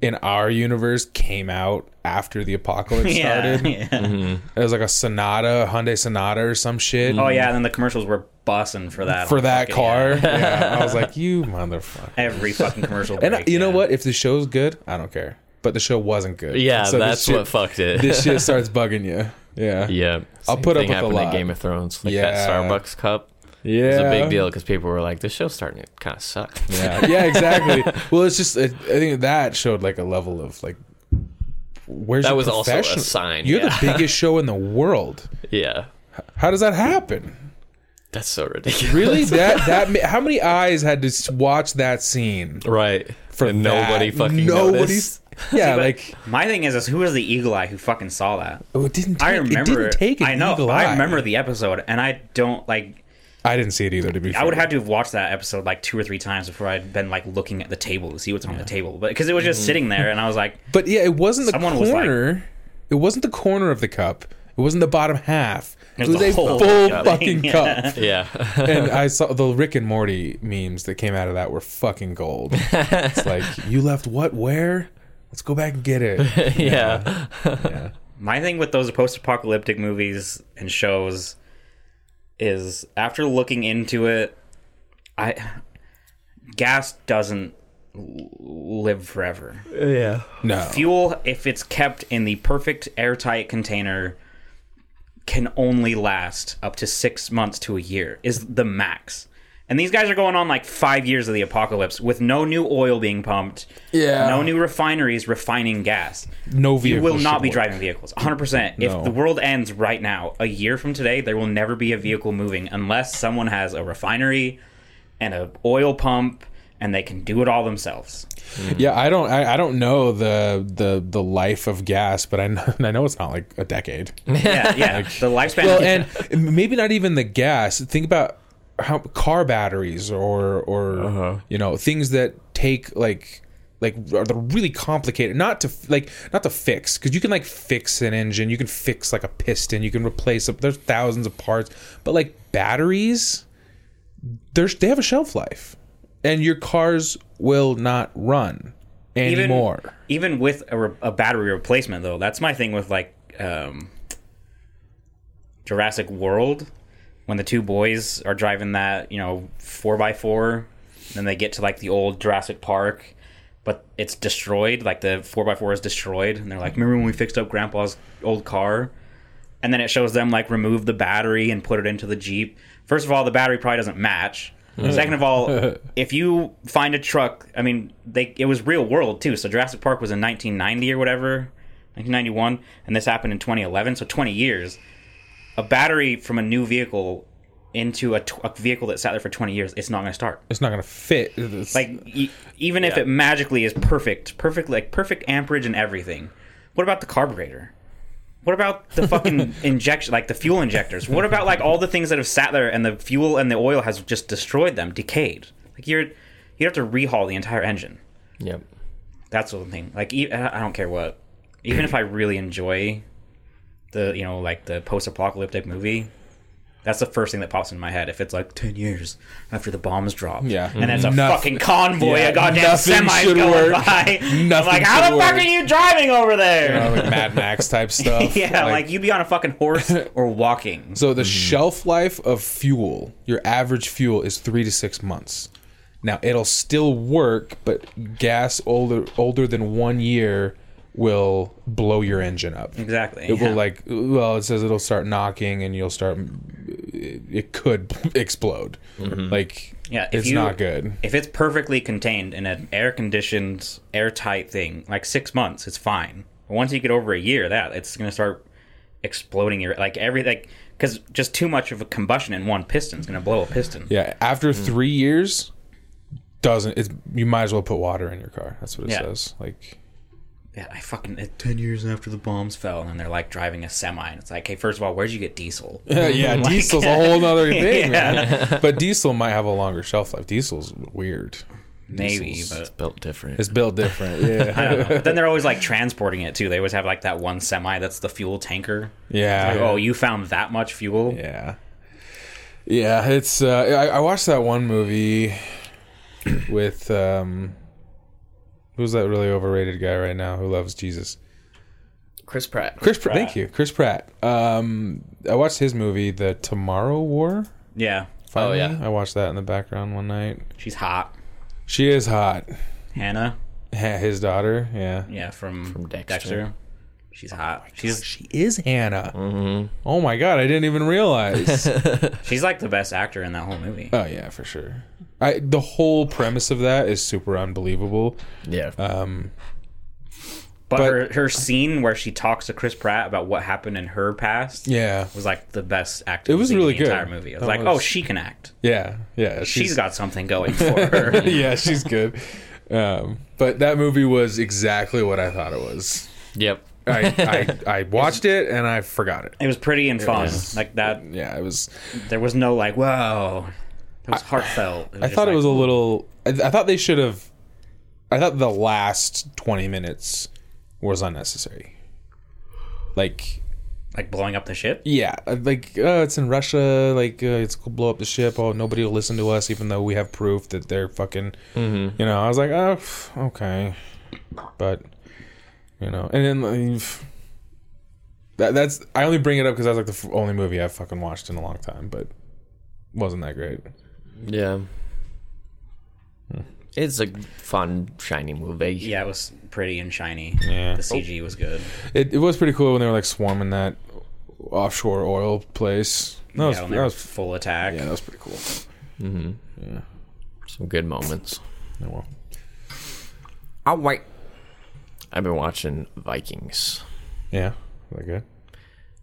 S1: in our universe came out after the apocalypse
S2: <laughs> yeah,
S1: started. Mm-hmm.
S2: yeah.
S1: It was like a Sonata, a Hyundai Sonata or some shit.
S2: Oh yeah, and then the commercials were bussing for that
S1: for that
S2: Fucking-
S1: car.
S2: yeah.
S1: Yeah. I was like, you motherfucker.
S2: <laughs> Every fucking commercial.
S1: And uh,
S2: break,
S1: you know
S2: yeah.
S1: what? If the show's good, I don't care. But the show wasn't good.
S3: Yeah,
S1: So this
S3: that's
S1: shit-
S3: what fucked it.
S1: This shit starts bugging you. Yeah.
S3: <laughs> yeah,
S1: I'll put up with a
S3: happened
S1: lot.
S3: At Game of Thrones, like
S1: Yeah.
S3: that Starbucks cup.
S1: Yeah.
S3: It was a big deal because people were like, "This show's starting to kind of suck."
S1: Yeah. <laughs> Yeah, exactly.
S3: <laughs>
S1: well, it's just it, I think that showed like a level of like where's
S3: That
S1: your
S3: was also a
S1: profession-
S3: sign,
S1: You're
S3: yeah.
S1: the biggest show in the world.
S3: yeah,
S1: How does that happen?
S3: that's so ridiculous.
S1: Really? that that ma- how many eyes had to s- watch that scene
S3: <laughs> Right.
S1: for
S3: And
S1: that?
S3: nobody fucking noticed.
S1: Yeah,
S2: But
S1: like
S2: my thing is, is who was the eagle eye who fucking saw that?
S1: oh, it didn't. Take,
S2: I remember.
S1: It didn't take an
S2: I know.
S1: eagle
S2: I
S1: eye.
S2: remember the episode, and I don't like.
S1: I didn't see it either. To be fair,
S2: I would have to have watched that episode like two or three times before I'd been like looking at the table to see what's on the table, but because it was just
S1: Mm-hmm.
S2: sitting there, and I was like,
S1: But yeah, it wasn't the
S2: Someone was
S1: corner. it wasn't the corner of the cup. It wasn't the bottom half. It
S2: It
S1: was,
S2: was the
S1: a
S2: whole
S1: full
S2: cup.
S1: fucking
S2: <laughs> Yeah.
S1: cup. <laughs>
S3: Yeah.
S1: And I saw the Rick and Morty memes that came out of that were fucking gold. It's like you left what where? Let's go back and get it.
S3: <laughs> yeah.
S2: My thing with those post-apocalyptic movies and shows is after looking into it, I gas doesn't l- live forever.
S3: Yeah.
S1: No.
S2: Fuel, if it's kept in the perfect airtight container, can only last up to six months to a year is the max. And these guys are going on like five years of the apocalypse with no new oil being pumped,
S1: Yeah.
S2: no new refineries refining gas
S1: No vehicle.
S2: you will not
S1: should
S2: be
S1: work.
S2: driving vehicles 100%
S1: No.
S2: if the world ends right now a year from today there will never be a vehicle moving unless someone has a refinery and a oil pump and they can do it
S1: <laughs>
S2: all themselves
S1: Yeah, I don't. I, I don't know the the the life of gas, but I know, <laughs> I know it's not like a decade.
S2: yeah yeah the lifespan
S1: well, and maybe not even the gas. Think about how car batteries or or you know things that take like like are the really complicated not to f- like not to fix because you can like fix an engine you can fix like a piston you can replace a, there's thousands of parts but like batteries there's they have a shelf life and your cars will not run anymore
S2: Even, even with a, re- a battery replacement, though, that's my thing with like um, Jurassic World. When the two boys are driving that, you know, four by four, then they get to like the old Jurassic Park, but it's destroyed. Like the four by four is destroyed, and they're like, "Remember when we fixed up Grandpa's old car?" And then it shows them like remove the battery and put it into the Jeep. First of all, the battery probably doesn't match. Second of all, if you find a truck, I mean, they it was real world too. So Jurassic Park was in 1990 or whatever, 1991, and this happened in 2011. So 20 years, a battery from a new vehicle into a, tw- a vehicle that sat there for 20 years, it's not going to start.
S1: it's not gonna fit It's-
S2: Like e- even if it magically is perfect, perfect like perfect amperage and everything. What about the carburetor? What about the fucking injection like the fuel injectors? What about like all the things that have sat there and the fuel and the oil has just destroyed them, decayed. Like you're you have to rehaul the entire engine.
S3: Yep.
S2: That's the thing. Like e- I I don't care what. Even if I really enjoy the you know like the post-apocalyptic movie, that's the first thing that pops in my head. If it's like ten years after the bombs drop,
S1: Yeah.
S2: and it's a
S1: Noth-
S2: fucking convoy,
S1: Yeah,
S2: a goddamn
S1: nothing
S2: semi
S1: should
S2: going
S1: work.
S2: by, I'm
S1: Nothing
S2: like how
S1: should
S2: the fuck
S1: work."
S2: are you driving over
S1: you know,
S2: there?
S1: like Mad Max
S2: <laughs>
S1: type stuff
S2: yeah, like, you'd be on a fucking horse
S1: <laughs>
S2: or walking.
S1: So the shelf life of fuel, your average fuel is three to six months. Now it'll still work, but gas older older than one year will blow your engine up.
S2: Exactly.
S1: It
S2: yeah.
S1: will like well, it says it'll start knocking and you'll start. It, it could <laughs> explode. Like
S2: Mm-hmm. Yeah, if
S1: it's
S2: you-
S1: not good.
S2: if it's perfectly contained in an air conditioned, airtight thing, like six months, it's fine. But once you get over a year, that it's going to start exploding your like everything because just too much of a combustion in one piston is going to blow a piston.
S1: Yeah, after
S2: Mm.
S1: three years, doesn't it's you might as well put water in your car. That's what it
S2: Yeah.
S1: says. Like
S2: Yeah, I fucking it, ten years after the bombs fell, and they're like driving a semi, and it's like, hey, first of all, where'd you get diesel?
S1: <laughs> yeah,
S2: <laughs> Like-
S1: diesel's a whole
S2: <laughs>
S1: other thing,
S2: Yeah.
S1: man. But diesel might have a longer shelf life. Diesel's weird.
S2: Maybe,
S3: It's
S2: but.
S3: built different.
S1: It's built
S2: <laughs>
S1: different.
S2: I
S1: Yeah.
S2: don't know. But then they're always like transporting it too. They always have like that one semi that's the fuel tanker.
S1: yeah.
S2: Like, oh, you found that much fuel?
S1: Yeah. Yeah, it's uh I, I watched that one movie with um who's that really overrated guy right now who loves Jesus?
S3: Chris Pratt.
S1: Chris Pratt. Thank you. Chris Pratt. Um I watched his movie The Tomorrow War.
S2: Oh, Yeah.
S1: Finally.
S3: yeah.
S1: I watched that in the background one night.
S2: She's hot.
S1: She is hot. <laughs>
S2: Hannah.
S1: His daughter, yeah.
S2: Yeah, from,
S3: From
S2: Dexter.
S3: Dexter. Oh
S2: She's hot. she's
S1: She is Hannah. Oh my god, I didn't even realize. oh
S2: she's like the best actor in that whole movie.
S1: yeah, for sure. I the whole premise of that is super unbelievable.
S3: Yeah.
S1: Um,
S2: but
S1: but-
S2: her, her scene where she talks to Chris Pratt about what happened in her past
S1: yeah,
S2: was like the best acting.
S1: It was
S2: scene in
S1: really
S2: the
S1: good.
S2: Entire movie. I was
S1: That
S2: like,
S1: was-
S2: oh, she can act.
S1: yeah, yeah.
S2: she's got something
S1: <laughs>
S2: going for her.
S1: yeah, she's good. Um, but that movie was exactly what I thought it was.
S3: yep.
S1: I I, I watched it and I forgot it.
S2: it was pretty and fun.
S3: was-
S2: Like that.
S1: Yeah, it was.
S2: There was no like, whoa. It was heartfelt.
S1: I
S2: just
S1: thought it
S2: like-
S1: was a little. I, I thought they should have. I thought the last twenty minutes was unnecessary. Like
S2: like blowing up the ship.
S1: Yeah, like uh, it's in Russia. Like uh, it's gonna blow up the ship. Oh, nobody will listen to us, even though we have proof that they're fucking.
S2: Mm-hmm.
S1: You know, I was like, oh, pff, okay, but you know, and then like, pff, that that's I only bring it up because that's like the f- only movie I've fucking watched in a long time, but wasn't that great.
S3: <laughs> Yeah. Hmm. It's a fun, shiny movie.
S2: Yeah, it was pretty and shiny.
S1: Yeah.
S2: The CG was good.
S1: It it was pretty cool when they were like swarming that offshore oil place. That was,
S2: yeah, when they
S1: that
S2: were
S1: was
S2: full attack.
S1: yeah, that was pretty cool.
S3: Some good moments.
S1: Oh, well.
S3: All right. I've been watching Vikings.
S1: Yeah, was that good.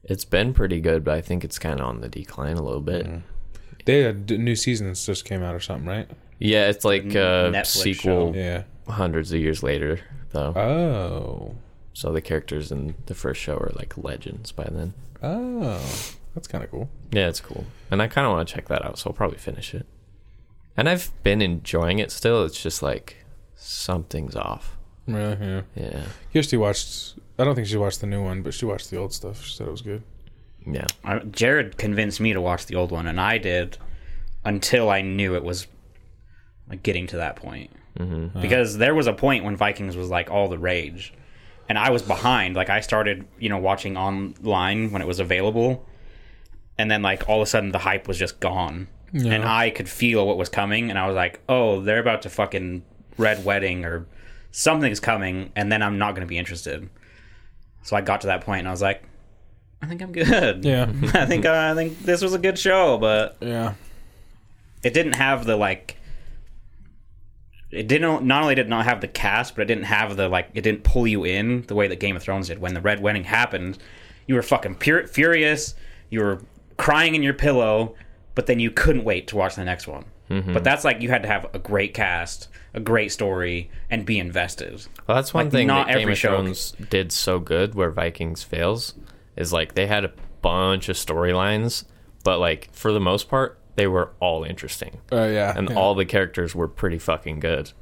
S3: It's been pretty good, but I think it's kind of on the decline a little bit.
S1: They had a new seasons just came out or something, right?
S3: Yeah, it's like a
S2: Netflix
S3: sequel
S1: Yeah.
S3: hundreds of years later, though.
S1: Oh.
S3: so the characters in the first show are like legends by then.
S1: Oh. That's kind of cool.
S3: Yeah, it's cool. And I kind of want to check that out, so I'll probably finish it. And I've been enjoying it still. It's just like something's off.
S1: Really? Yeah.
S3: Yeah.
S1: Kirsty watched. I don't think she watched the new one, but she watched the old stuff. She said it was good.
S3: Yeah.
S2: I, Jared convinced me to watch the old one, and I did until I knew it was like getting to that point. Mm-hmm. Because there was a point when Vikings was like all the rage, and I was behind. Like I started, you know, watching online when it was available, and then like all of a sudden the hype was just gone, and I could feel what was coming, and I was like, oh, they're about to fucking red wedding or something's coming, and then I'm not going to be interested. So I got to that point, and I was like. I think I'm good.
S1: Yeah.
S3: Mm-hmm.
S2: <laughs> I think uh, I think this was a good show, but
S1: yeah.
S2: it didn't have the like. It didn't. Not only did it not have the cast, but it didn't have the like. It didn't pull you in the way that Game of Thrones did. When the Red Wedding happened, you were fucking pure, furious. You were crying in your pillow, but then you couldn't wait to watch the next one. But that's like you had to have a great cast, a great story, and be invested.
S3: Well, that's one
S2: Like,
S3: thing
S2: not
S3: that Game
S2: every
S3: of
S2: show can-
S3: Thrones did so good where Vikings fails is like they had a bunch of storylines, but like for the most part, they were all interesting
S1: Uh, yeah.
S3: and
S1: yeah.
S3: all the characters were pretty fucking good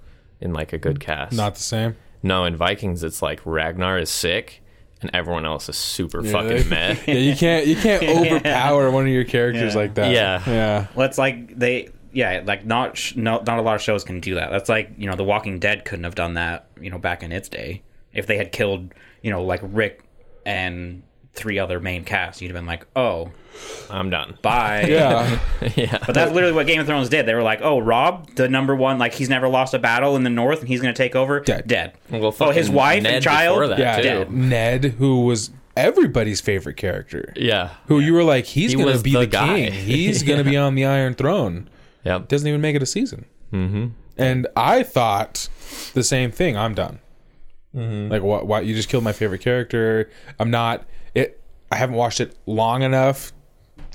S3: in like a good cast.
S1: Mm. not the same.
S3: no, in Vikings, it's like Ragnar is sick and everyone else is super
S1: they-
S3: fucking mad.
S1: Yeah, you can't you
S3: <laughs>
S1: can't overpower one of your characters
S2: Yeah.
S1: like that.
S3: Yeah. <laughs>
S1: Yeah.
S2: Well, it's like they, yeah, like not sh- no, not a lot of shows can do that. That's like you know, The Walking Dead couldn't have done that, you know, back in its day. If they had killed, you know, like Rick and three other main cast, you'd have been like, oh,
S3: I'm done.
S2: bye.
S1: Yeah.
S3: <laughs> yeah.
S2: <laughs> But that's literally what Game of Thrones did. They were like, "Oh, Rob, the number one, like he's never lost a battle in the North, and he's going to take over."
S1: Dead.
S2: dead.
S3: Well,
S2: oh, his
S3: fucking
S2: wife
S3: Ned
S2: and child.
S3: before that,
S1: yeah.
S3: too.
S2: Dead.
S1: Ned, who was everybody's favorite character.
S3: Yeah.
S1: Who you were like, he's
S3: He
S1: gonna
S3: was
S1: be
S3: the
S1: the,
S3: guy.
S1: king. He's gonna
S3: <laughs>
S1: be on the Iron Throne.
S3: Yep.
S1: Doesn't even make it a season. Mm-hmm. And I thought the same thing. I'm done.
S2: Mm-hmm.
S1: Like, what? Why you just killed my favorite character? I'm not. It. I haven't watched it long enough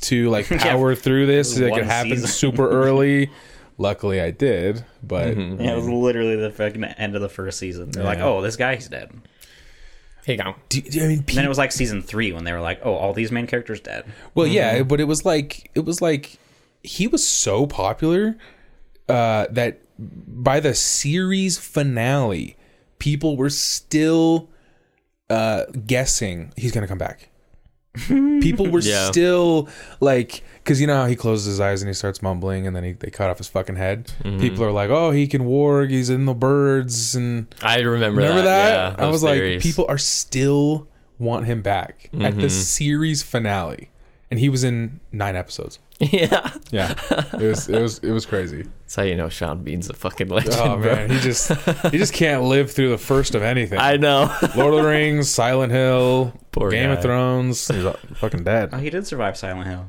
S1: to
S2: <laughs>
S1: like power through this. Like
S2: one
S1: it happened
S2: season. <laughs>
S1: super early. Luckily, I did. But
S2: Yeah, it was literally the fucking end of the first season. They're like,
S1: Yeah.
S2: "Oh, this guy's dead." And
S3: Here you go.
S1: do, do- I mean, pe-
S2: then it was like season three when they were like, "Oh, all these main characters dead."
S1: Well, yeah, but it was like it was like he was so popular uh, that by the series finale, people were still uh, guessing he's gonna come back. people were
S3: Yeah.
S1: still like, because you know how he closes his eyes and he starts mumbling, and then he, they cut off his fucking head. People are like, "Oh, he can warg. He's in the birds." And
S3: I remember,
S1: remember
S3: that.
S1: that? I
S3: Yeah, those
S1: was
S3: theories.
S1: like, people are still want him back at
S3: Mm-hmm.
S1: the series finale, and he was in nine episodes.
S3: <laughs> Yeah.
S1: Yeah, it was it was it was crazy.
S3: That's how you know Sean Bean's a fucking legend.
S1: <laughs> Oh
S3: bro.
S1: man, he just he just can't live through the first of anything.
S3: <laughs> I know.
S1: Lord of the Rings, Silent Hill,
S3: <laughs> Poor
S1: Game
S3: guy.
S1: of Thrones. He's all- fucking
S2: Oh,
S1: dead.
S2: he did survive Silent Hill.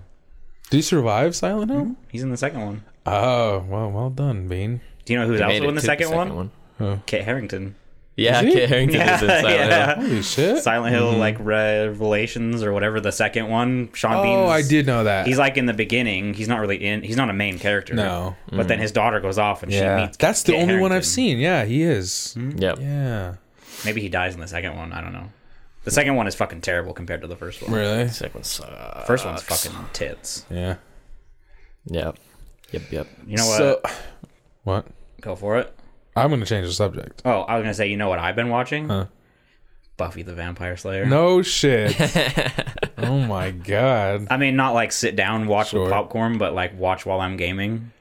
S1: Did he survive Silent Hill?
S2: He's in the second one.
S1: Oh well, well done, Bean.
S2: Do you know who's
S3: <laughs> Made
S2: also
S3: it
S2: in the
S3: to
S2: second, one? Kate Harrington.
S3: Yeah,
S1: Is he?
S3: Kit Harington is in Silent Hill.
S1: Holy shit!
S2: Silent Hill, like Revelations or whatever the second one. Sean Bean.
S1: oh, I did know that.
S2: He's like in the beginning. He's not really in. He's not a main character.
S1: No.
S2: But then his daughter goes off and she
S1: yeah,
S2: meets.
S1: that's the
S2: Kit
S1: only one
S2: Harington.
S1: I've seen. Yeah, he is.
S3: Yep.
S1: Yeah,
S2: Maybe he dies in the second one. I don't know. The second one is fucking terrible compared to the first one.
S1: really?
S3: Second one sucks.
S2: First one's fucking tits.
S1: Yeah.
S3: Yep. Yep. Yep.
S2: You know what?
S1: what?
S2: Go for it.
S1: I'm gonna change the subject.
S2: Oh, I was gonna say, you know what I've been watching?
S1: Huh.
S2: Buffy the Vampire Slayer.
S1: No shit. <laughs> oh my god.
S2: I mean, not like sit down, watch with
S1: Sure.
S2: popcorn, but like watch while I'm gaming.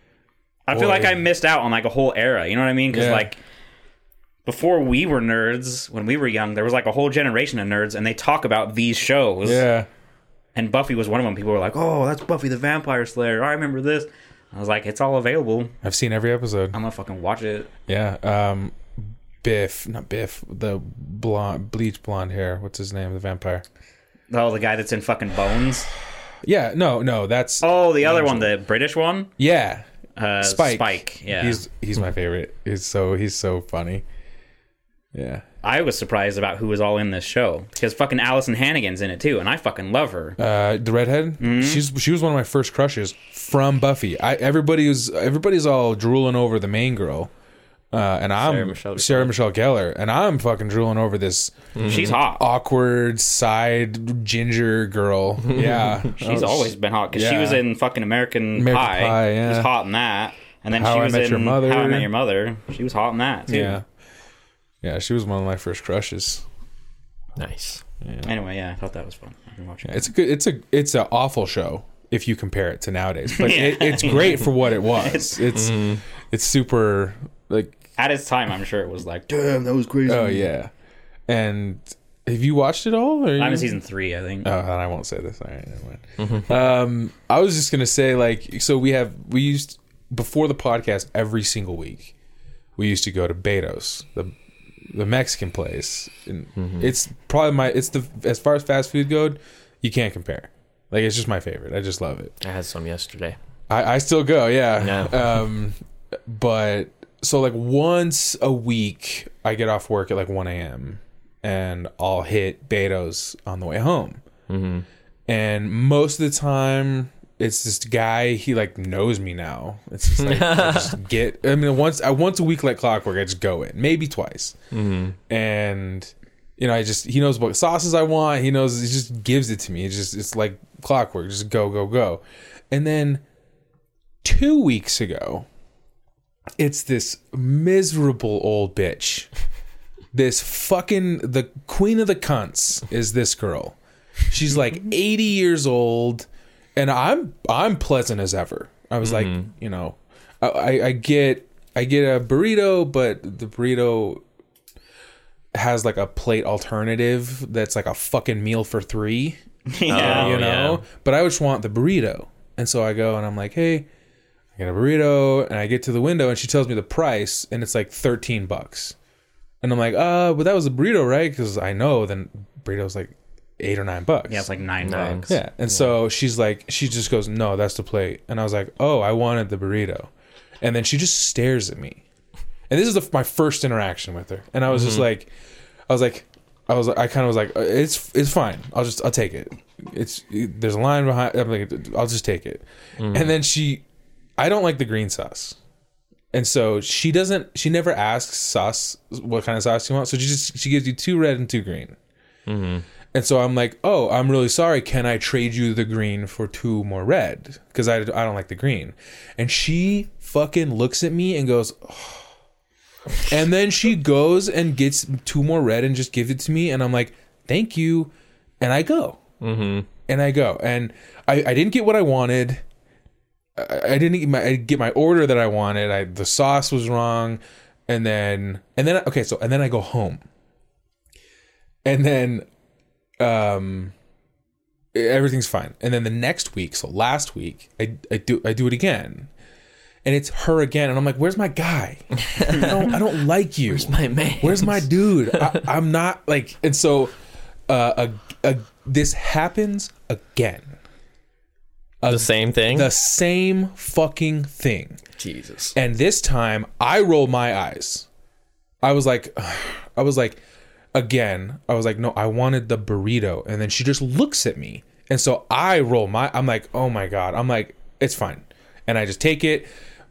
S2: I feel
S1: Boy.
S2: like I missed out on like a whole era. You know what I mean? Because
S1: Yeah.
S2: like before we were nerds, when we were young, there was like a whole generation of nerds, and they talk about these shows.
S1: Yeah.
S2: And Buffy was one of them. People were like, "Oh, that's Buffy the Vampire Slayer. I remember this." I was like, "It's all available.
S1: I've seen every episode.
S2: I'm gonna fucking watch it."
S1: Yeah. Um, Biff, not Biff, the blonde, bleach blonde hair. What's his name? The vampire.
S2: Oh, the guy that's in fucking Bones.
S1: Yeah. No. No. That's.
S2: Oh, the other one, the British one,
S1: Yeah.
S2: uh, Spike.
S1: Spike.
S2: Spike. Yeah,
S1: He's he's my favorite. He's so he's so funny. Yeah.
S2: I was surprised about who was all in this show because fucking Allison Hannigan's in it too, and I fucking love her.
S1: Uh, the redhead. She's she was one of my first crushes from Buffy. I everybody was everybody's all drooling over the main girl. Uh, and I'm Sarah
S3: Michelle
S1: Michelle, Gellar, and I'm fucking drooling over this
S2: She's hot.
S1: Oh, awkward side ginger girl. Yeah,
S2: She's always been hot because she
S1: oh, Yeah.
S2: was in fucking American,
S1: American
S2: Pie.
S1: Pie,
S2: She was
S1: yeah.
S2: hot in that. And then
S1: How
S2: she
S1: I
S2: was
S1: Met
S2: in
S1: Your Mother.
S2: How I Met Your Mother. She was hot in that. Too.
S1: Yeah. Yeah, she was one of my first crushes.
S3: Nice.
S2: Anyway, yeah, I thought that was fun. I've been watching. it.
S1: It's a good it's a it's an awful show if you compare it to nowadays. But it, it's great for what it was. It's it's, super like
S2: At its time, I'm sure it was like, damn, that was crazy.
S1: oh yeah. And have you watched it all? Or
S2: I'm
S1: you-
S2: in season three, I think.
S1: Oh, and I won't say this. All right, never mind. Um, I was just gonna say like, so we have we used before the podcast every single week. We used to go to Beto's, the the Mexican place, and it's probably my it's the as far as fast food go, you can't compare. Like it's just my favorite. I just love it.
S3: I had some yesterday.
S1: I, I still go, yeah.
S3: No.
S1: Um, but so like once a week, I get off work at like one a.m. and I'll hit Beto's on the way home. And most of the time, it's this guy. He like knows me now. It's just like I just get. I mean, once I once a week like clockwork, I just go in, maybe twice, and. You know, I just he knows what sauces I want. He knows he just gives it to me. It's just it's like clockwork. Just go, go, go. And then two weeks ago, it's this miserable old bitch. This fucking the queen of the cunts is this girl. She's like 80 years old, and I'm I'm pleasant as ever. I was like, you know, I, I, I get I get a burrito, but the burrito has like a plate alternative that's like a fucking meal for three
S2: <laughs> yeah.
S3: Oh,
S1: you know.
S3: yeah.
S1: But I just want the burrito, and so I go and I'm like, hey, I get a burrito, and I get to the window, and she tells me the price, and it's like thirteen bucks, and I'm like, uh, but that was a burrito, right? Because I know then burrito's like eight or nine bucks.
S2: Yeah, it's like nine,
S3: Nine.
S2: bucks.
S1: Yeah. And so she's like, she just goes, no, that's the plate. And I was like, oh, I wanted the burrito. And then she just stares at me. And this is the, my first interaction with her. And I was just like, I was like, I was, I kind of was like, "Uh, it's, it's fine. I'll just, I'll take it. It's, there's a line behind, I'm like, I'll just take it. And then she, I don't like the green sauce. And so she doesn't, she never asks sauce, what kind of sauce you want. So she just, she gives you two red and two green. And so I'm like, oh, I'm really sorry. Can I trade you the green for two more red? Because I, I don't like the green. And she fucking looks at me and goes, "Oh." and then she goes and gets two more red and just gives it to me. And I'm like, thank you. And I go. Mm-hmm. And I go. And I, I didn't get what I wanted. I, I didn't get my, I didn't get my order that I wanted. I, the sauce was wrong. And then, and then, okay, so, and then I go home. And then um everything's fine and then the next week so last week i, I do i do it again and it's her again and i'm like where's my guy i don't, I don't like you where's
S3: My man.
S1: Where's my dude? I, I'm not like, and so uh, a, a, this happens again.
S3: the same thing?
S1: The same fucking thing.
S3: Jesus.
S1: And this time I roll my eyes. I was like, <sighs> I was like, again, I was like, no, I wanted the burrito. And then she just looks at me. And so I roll my, I'm like, oh my God. I'm like, it's fine. And I just take it.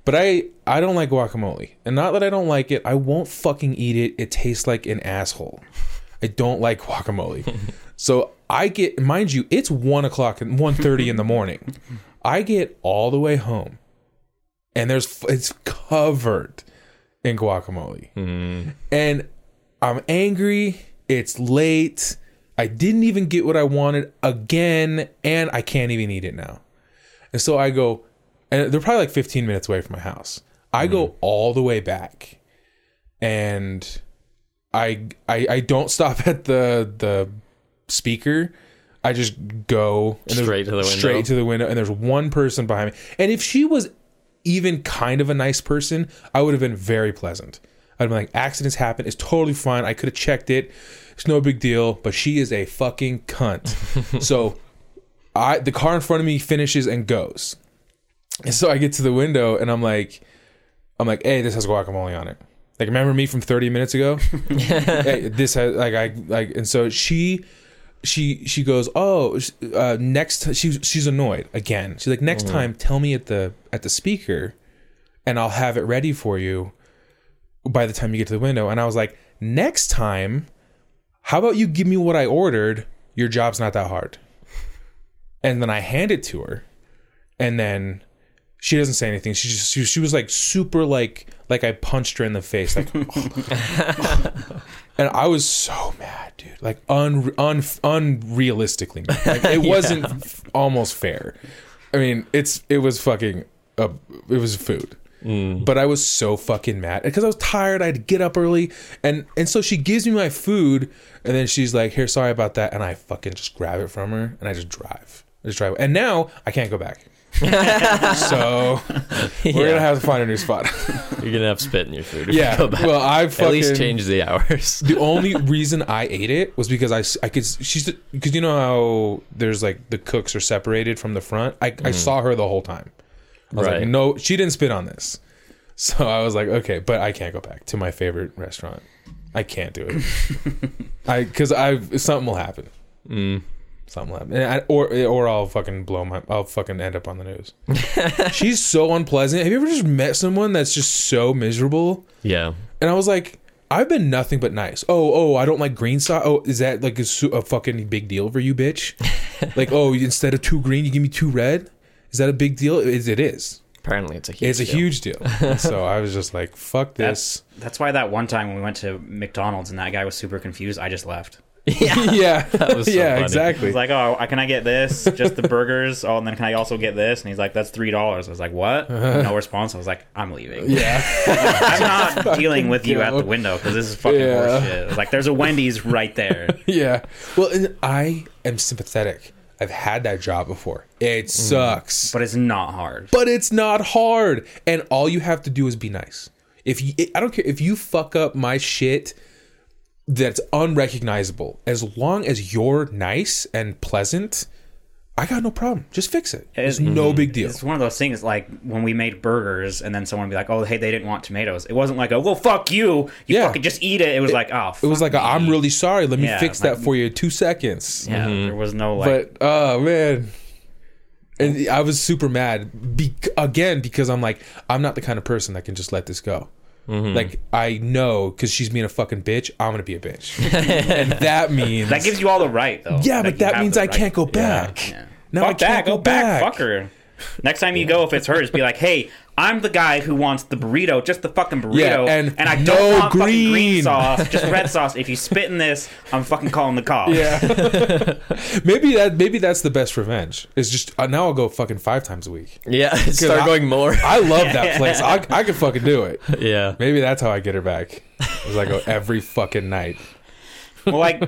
S1: But I, I don't like guacamole. And not that I don't like it, I won't fucking eat it. It tastes like an asshole. I don't like guacamole. so I get, mind you, it's one o'clock and 1.30 in the morning. I get all the way home and there's it's covered in guacamole and i'm angry it's late i didn't even get what i wanted again and i can't even eat it now and so i go and they're probably like 15 minutes away from my house i
S3: Mm-hmm.
S1: go all the way back and I, I i don't stop at the the speaker i just go and there's-
S3: Straight to the window.
S1: straight to the window and there's one person behind me and if she was even kind of a nice person, I would have been very pleasant. I'd have been like, accidents happen. It's totally fine. I could have checked it. It's no big deal. But she is a fucking
S3: <laughs>
S1: cunt. so I the car in front of me finishes and goes. And so I get to the window and I'm like, I'm like, hey, this has guacamole on it. Like, remember me from 30 minutes ago? Hey, this has like I like, and so she, she she goes, oh, uh, next she she's annoyed again. She's like, next time, tell me at the at the speaker, and I'll have it ready for you by the time you get to the window. And I was like, next time, how about you give me what I ordered? Your job's not that hard. And then I hand it to her, and then she doesn't say anything. She just she, she was like super like like I punched her in the face like, <laughs> and I was so mad, dude. Like un un unrealistically, mad. Like, it wasn't f- almost fair. I mean, it's it was fucking uh, it was food. But I was so fucking mad because I was tired. I had to get up early, and and so she gives me my food, and then she's like, "Here, sorry about that," and I fucking just grab it from her, and I just drive, I just drive, and now I can't go back. so we're gonna have to find a new
S3: <laughs>
S1: spot.
S3: You're gonna have spit in your food. If
S1: yeah.
S3: You go back.
S1: Well, I fucking
S3: At least change the
S1: <laughs>
S3: hours.
S1: the only reason I ate it was because I, s- I could s- she's because you know how there's like the cooks are separated from the front. I, I saw her the whole time. I was
S3: Right.
S1: like, no, she didn't spit on this. <laughs> So I was like, okay, but I can't go back to my favorite restaurant. I can't do it. I because I something will happen.
S3: Mm,
S1: Something will happen, and I, or or I'll fucking blow my. I'll fucking end up on the news. She's so unpleasant. Have you ever just met someone that's just so miserable?
S3: Yeah.
S1: And I was like, I've been nothing but nice. Oh, oh, I don't like green sauce. Oh, is that like a, su- a fucking big deal for you,
S3: <laughs>
S1: bitch? like, oh, you- instead of two green, you give me two red. Is that a big deal? It is. It is.
S3: Apparently, it's a huge.
S1: It's a
S3: deal.
S1: huge deal.
S3: <laughs>
S1: so I was just like, fuck this.
S2: That's that's why that one time when we went to McDonald's and that guy was super confused, I just left.
S1: <laughs> yeah,
S3: was so
S1: yeah,
S3: funny.
S1: exactly.
S2: He's like, "Oh, I- can I get this? Just the burgers? Oh, and then can I also get this?" And he's like, "That's three dollars." I was like,
S1: <laughs>
S2: "What?" No response. I was like, "I'm
S1: <laughs>
S2: leaving.
S1: yeah, <laughs>
S2: I'm not dealing with you at
S1: go.
S2: the window because this is fucking
S1: Yeah.
S2: horseshit." I was Like, there's a Wendy's right
S1: <laughs>
S2: there.
S1: yeah. Well, and I am sympathetic. I've had that job before.
S3: Mm.
S1: It sucks.
S2: but it's not hard.
S1: but it's not hard and all you have to do is be nice if you i don't care if you fuck up my shit that's unrecognizable as long as you're nice and pleasant i got no problem just fix it it's no big deal
S2: mm-hmm. It's one of those things like when we made burgers and then someone would be like, "Oh, hey, they didn't want tomatoes." It wasn't like, "Oh, well, fuck you, you
S1: Yeah.
S2: fucking just eat it." It was like, "Oh,
S1: it was like a, i'm really sorry let me
S2: Yeah,
S1: fix
S2: like-
S1: that for you in two seconds
S2: yeah." There was no
S1: but
S2: like,
S1: oh man and i was super mad be- again because i'm like i'm not the kind of person that can just let this go
S2: Mm-hmm.
S1: like i know because she's being a fucking bitch i'm gonna be a
S2: <laughs>
S1: bitch and that means
S2: that gives you all the right though.
S1: yeah
S2: Like,
S1: but
S2: you
S1: that
S2: have
S1: means i
S2: the right.
S1: can't go back
S2: Yeah.
S1: now
S2: fuck
S1: i can't
S2: that.
S1: go,
S2: Go, back,
S1: back,
S2: fucker. Next time you go, if it's hers, be like, "Hey, I'm the guy who wants the burrito, just the fucking burrito,
S1: Yeah, and
S2: I
S1: no
S2: don't want fucking green
S1: green."
S2: sauce, just
S1: <laughs>
S2: red sauce. If you spit in this, I'm fucking calling the
S1: <laughs>
S2: cops."
S1: yeah
S2: <laughs>
S1: maybe that maybe that's the best revenge is just uh, now i'll go fucking five times a week
S3: Yeah. <laughs> Start
S1: I-
S3: going more.
S1: i love
S2: <laughs>
S1: that place i, I could fucking do it
S3: yeah.
S1: maybe that's how i get her back is i go every fucking night
S2: Well, like,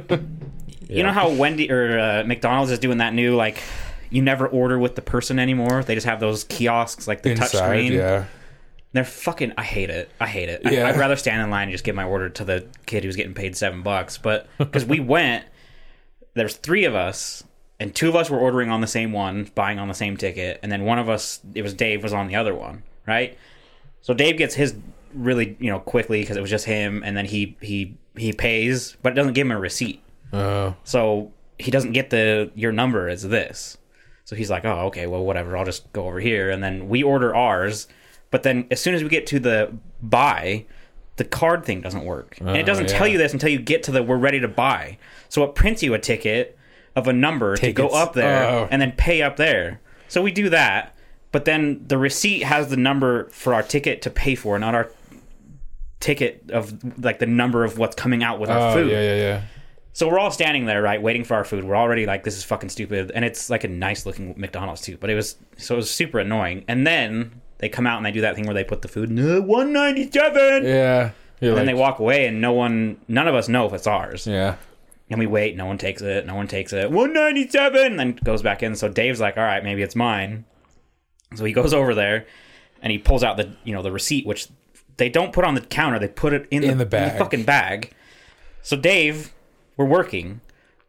S2: you know how Wendy or uh, McDonald's is doing that new like, you never order with the person anymore. They just have those kiosks like the touch
S1: inside
S2: screen.
S1: yeah
S2: They're fucking. I hate it. I hate it.
S1: Yeah.
S2: I, I'd rather stand in line and just give my order to the kid who's getting paid seven bucks. But because we went, there's three of us. And two of us were ordering on the same one, buying on the same ticket, and then one of us, it was Dave, was on the other one, right? So Dave gets his really, you know, quickly because it was just him, and then he he he pays, but it doesn't give him a receipt.
S1: uh,
S2: So he doesn't get the your number is this. So he's like, oh, okay, well, whatever. I'll just go over here, and then we order ours. But then as soon as we get to the buy, the card thing doesn't work, and it doesn't
S1: Oh, yeah.
S2: tell you this until you get to the we're ready to buy. So it prints you a ticket of a number to go
S1: Tickets.
S2: up there
S1: Oh.
S2: and then pay up there. So we do that, but then the receipt has the number for our ticket to pay for, not our ticket of like the number of what's coming out with our
S1: oh
S2: food.
S1: yeah yeah yeah
S2: So we're all standing there, right, waiting for our food. We're already like, this is fucking stupid. And it's like a nice looking McDonald's too, but it was so it was super annoying. And then they come out and they do that thing where they put the food in one ninety seven, and
S1: Yeah. You're
S2: then
S1: like,
S2: they walk away, and no one, none of us know if it's ours.
S1: yeah.
S2: And we wait, no one takes it, no one takes it. One ninety seven, and then it goes back in. So Dave's like, all right, maybe it's mine. So he goes <laughs> over there, and he pulls out the you know the receipt, which they don't put on the counter; they put it in,
S1: In the bag.
S2: fucking bag. So Dave, we're working.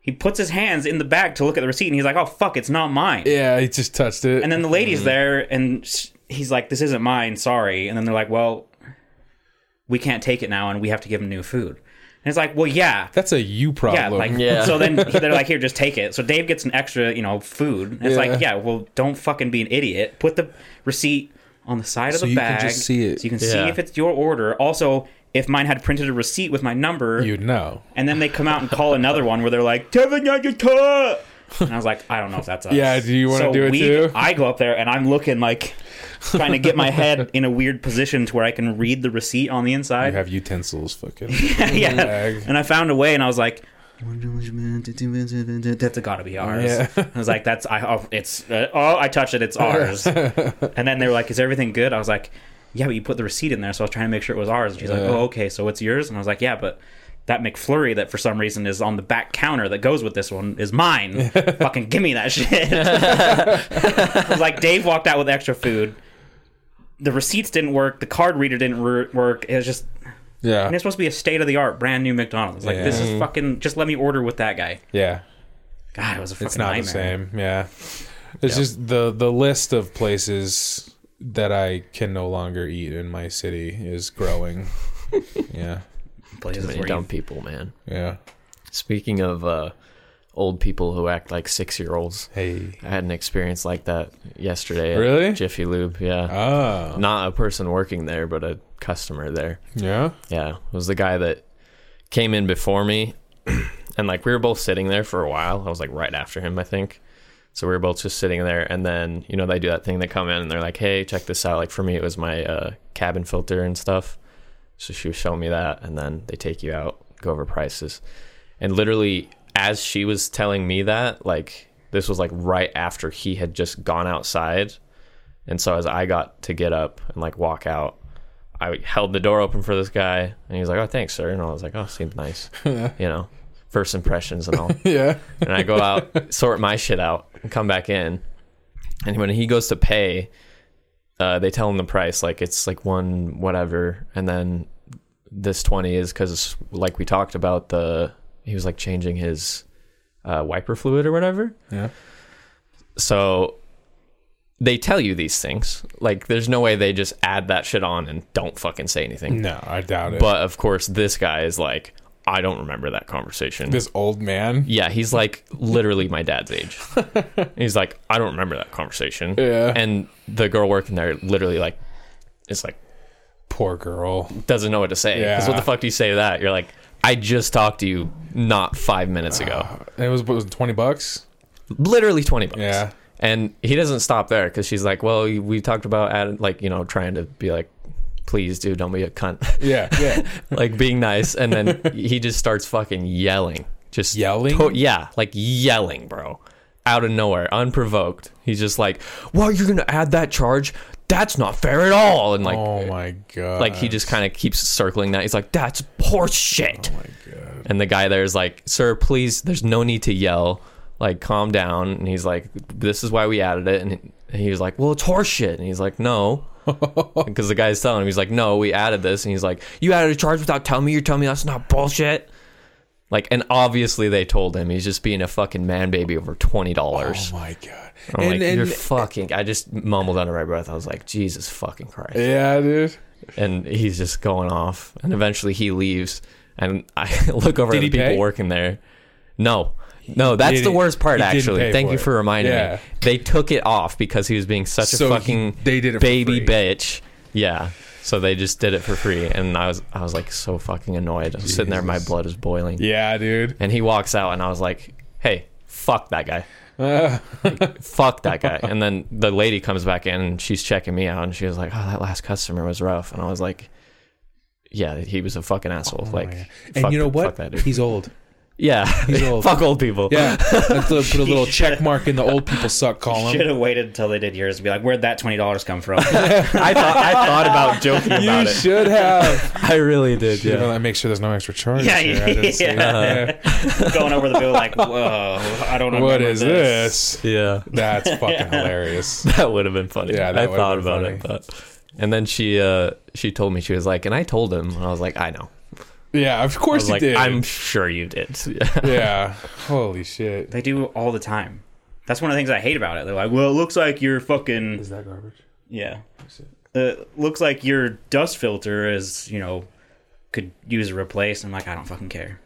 S2: He puts his hands in the bag to look at the receipt, and he's like, "Oh fuck, it's not mine."
S1: Yeah, he just touched it.
S2: And then the lady's there, and sh- he's like, "This isn't mine, sorry." And then they're like, "Well, we can't take it now, and we have to give him new food." And it's like, "Well, yeah,
S1: That's a you problem.
S2: yeah, like
S3: Yeah.
S2: so then they're like, here, just take it. So Dave gets an extra, you know, food. And it's
S1: Yeah.
S2: like, yeah, well, don't fucking be an idiot. Put the receipt on the side of the
S1: you can
S2: bag,
S1: just see it.
S2: so you can
S3: Yeah.
S2: see if it's your order. Also, if mine had printed a receipt with my number,
S1: you know.
S2: and then they come out and call another one where they're like, Kevin, you got your cut. And I was like, I don't know if that's us.
S1: Yeah, do you wanna
S2: So
S1: do it
S2: we-
S1: too?
S2: I go up there and I'm looking like trying to get my head in a weird position to where I can read the receipt on the
S1: You
S2: inside.
S1: have utensils, <laughs> fucking.
S2: <laughs> yeah.
S1: Bag.
S2: And I found a way, and I was like, that's gotta be ours.
S1: Yeah.
S2: I was like, that's I. Oh, it's uh, oh, I touched it.
S1: <laughs>
S2: It's ours. and then they were like, is everything good? I was like, yeah, but you put the receipt in there, so I was trying to make sure it was ours. And she's like,
S1: Yeah.
S2: oh, okay, so it's yours. And I was like, yeah, but. That McFlurry that for some reason is on the back counter that goes with this one
S1: <laughs>
S2: is mine. Fucking give me that shit. I was like, Dave walked out with extra food. The receipts didn't work. The card reader didn't re- work. It was just
S1: yeah.
S2: and it's supposed to be a state of the art, brand new McDonald's. Like this is fucking. Just let me order with that guy.
S1: Yeah.
S2: God, it was a fucking
S1: It's not
S2: nightmare.
S1: the same. Yeah. It's just the the list of places that I can no longer eat in my city is <laughs> growing. yeah.
S2: Places
S3: Many
S2: where <laughs>
S3: dumb
S2: you,
S3: people, man.
S1: Yeah.
S3: Speaking of uh, old people who act like six year olds,
S1: Hey.
S3: I had an experience like that yesterday. at
S1: Really?
S3: Jiffy Lube, yeah.
S1: Oh.
S3: Not a person working there, but a customer there.
S1: Yeah.
S3: Yeah, it was the guy that came in before me, <clears throat> and like we were both sitting there for a while. I was like right after him, I think. So we were both just sitting there, and then you know they do that thing. They come in and they're like, "Hey, check this out." Like for me, it was my uh, cabin filter and stuff. So she was showing me that, and then they take you out, go over prices, and literally as she was telling me that, like this was like right after he had just gone outside, and so as I got to get up and like walk out, I held the door open for this guy, and he was like, "Oh, thanks, sir." And I was like, "Oh, seems nice." you know, first impressions and all.
S1: Yeah.
S3: and I go out, sort my shit out, and come back in. And when he goes to pay, uh, they tell him the price, like it's like one whatever, and then this twenty is because like we talked about the he was like changing his uh, wiper fluid or whatever.
S1: Yeah.
S3: So they tell you these things. Like there's no way they just add that shit on and don't fucking say anything.
S1: No, I doubt it.
S3: But of course this guy is like, I don't remember that conversation.
S1: this old man.
S3: yeah, he's like literally my
S1: <laughs>
S3: dad's age. he's like, I don't remember that conversation.
S1: Yeah.
S3: And the girl working there literally like is like
S1: Poor girl.
S3: doesn't know what to say. Because what
S1: Yeah.
S3: the fuck do you say to that? You're like, I just talked to you not five minutes ago.
S1: It was, what was it, 20 bucks?
S3: literally 20 bucks.
S1: Yeah.
S3: And he doesn't stop there because she's like, well, we talked about add, like, you know, trying to be like, please, dude, don't be a cunt. <laughs>
S1: Yeah. <laughs> Yeah.
S3: like being nice. And
S1: <laughs>
S3: then he just starts fucking yelling. Just
S1: Yelling?
S3: yeah. Like yelling, bro. Out of nowhere, unprovoked. He's just like, well, you're going to add that charge? That's not fair at all. And like,
S1: oh my god.
S3: like he just kind of keeps circling that. He's like, that's horse shit.
S1: Oh my god.
S3: And the guy there is like, "Sir, please, there's no need to yell. Like, calm down." And he's like, "This is why we added it." And he- and he was like, "Well, it's horseshit." And he's
S1: <laughs>
S3: like, "No," because the guy's telling him, he's like, "No, we added this." And he's like, "You added a charge without telling me. You're telling me that's not bullshit." Like, and obviously they told him he's just being a fucking man baby over twenty
S1: Oh
S3: dollars.
S1: my god.
S3: I'm
S1: and,
S3: like,
S1: and-
S3: you're fucking. I just mumbled under my breath. I was like, Jesus fucking Christ
S1: yeah, dude.
S3: and he's just going off and eventually he leaves and i <laughs> look over
S1: Did
S3: at the
S1: he
S3: people
S1: pay?
S3: working there no no that's
S1: He
S3: the
S1: didn't-
S3: worst part
S1: he didn't
S3: actually
S1: pay
S3: thank
S1: for
S3: you
S1: it.
S3: for reminding
S1: Yeah.
S3: me they took it off because he was being such a
S1: So he-
S3: fucking
S1: they did it for
S3: baby
S1: free.
S3: bitch yeah so they just did it for free and i was i was like so fucking annoyed i was sitting there my
S1: Jesus.
S3: blood is boiling
S1: Yeah, dude.
S3: and he walks out and i was like hey fuck
S1: <laughs>
S3: that guy
S1: Uh,
S3: fuck that guy. And then the lady comes back in and she's checking me out and she was like, Oh, that last customer was rough. And I was like, Yeah, he was a fucking asshole. like,
S1: Oh, and
S3: Oh fuck
S1: you know
S3: th-
S1: what?
S3: Fuck that dude.
S1: He's
S3: <laughs>
S1: old.
S3: yeah. <laughs>
S1: old.
S3: fuck old people.
S1: Yeah, let's uh, put a
S3: <laughs>
S1: little
S2: He
S1: check mark in the old people suck column.
S2: Should have waited until they did yours to be like, where'd that twenty dollars come from? <laughs>
S3: I thought I thought about joking about
S1: You
S3: it.
S1: should
S3: <laughs>
S1: have.
S3: I really did.
S1: Should
S3: Yeah.
S1: have make sure there's no extra charge.
S2: Yeah,
S1: here. I didn't see
S2: yeah.
S3: <laughs>
S1: that. <laughs>
S2: Going over the bill like, whoa, I don't know.
S1: What is this?
S3: Yeah.
S1: That's fucking hilarious.
S3: <laughs> That would have been funny.
S1: Yeah, that
S3: I
S1: would've
S3: thought
S1: been
S3: about it. But. And then she uh, she told me she was like, and I told him, and I was like, I know.
S1: Yeah, of
S3: I
S1: course
S3: was
S1: you
S3: like,
S1: did.
S3: I'm sure you did.
S1: <laughs> Yeah. Holy shit.
S2: They do all the time. That's one of the things I hate about it. They're like, well, it looks like your fucking
S1: Is that garbage?
S2: yeah. Uh, looks like your dust filter is you know could use a replace. I'm like, I don't fucking care.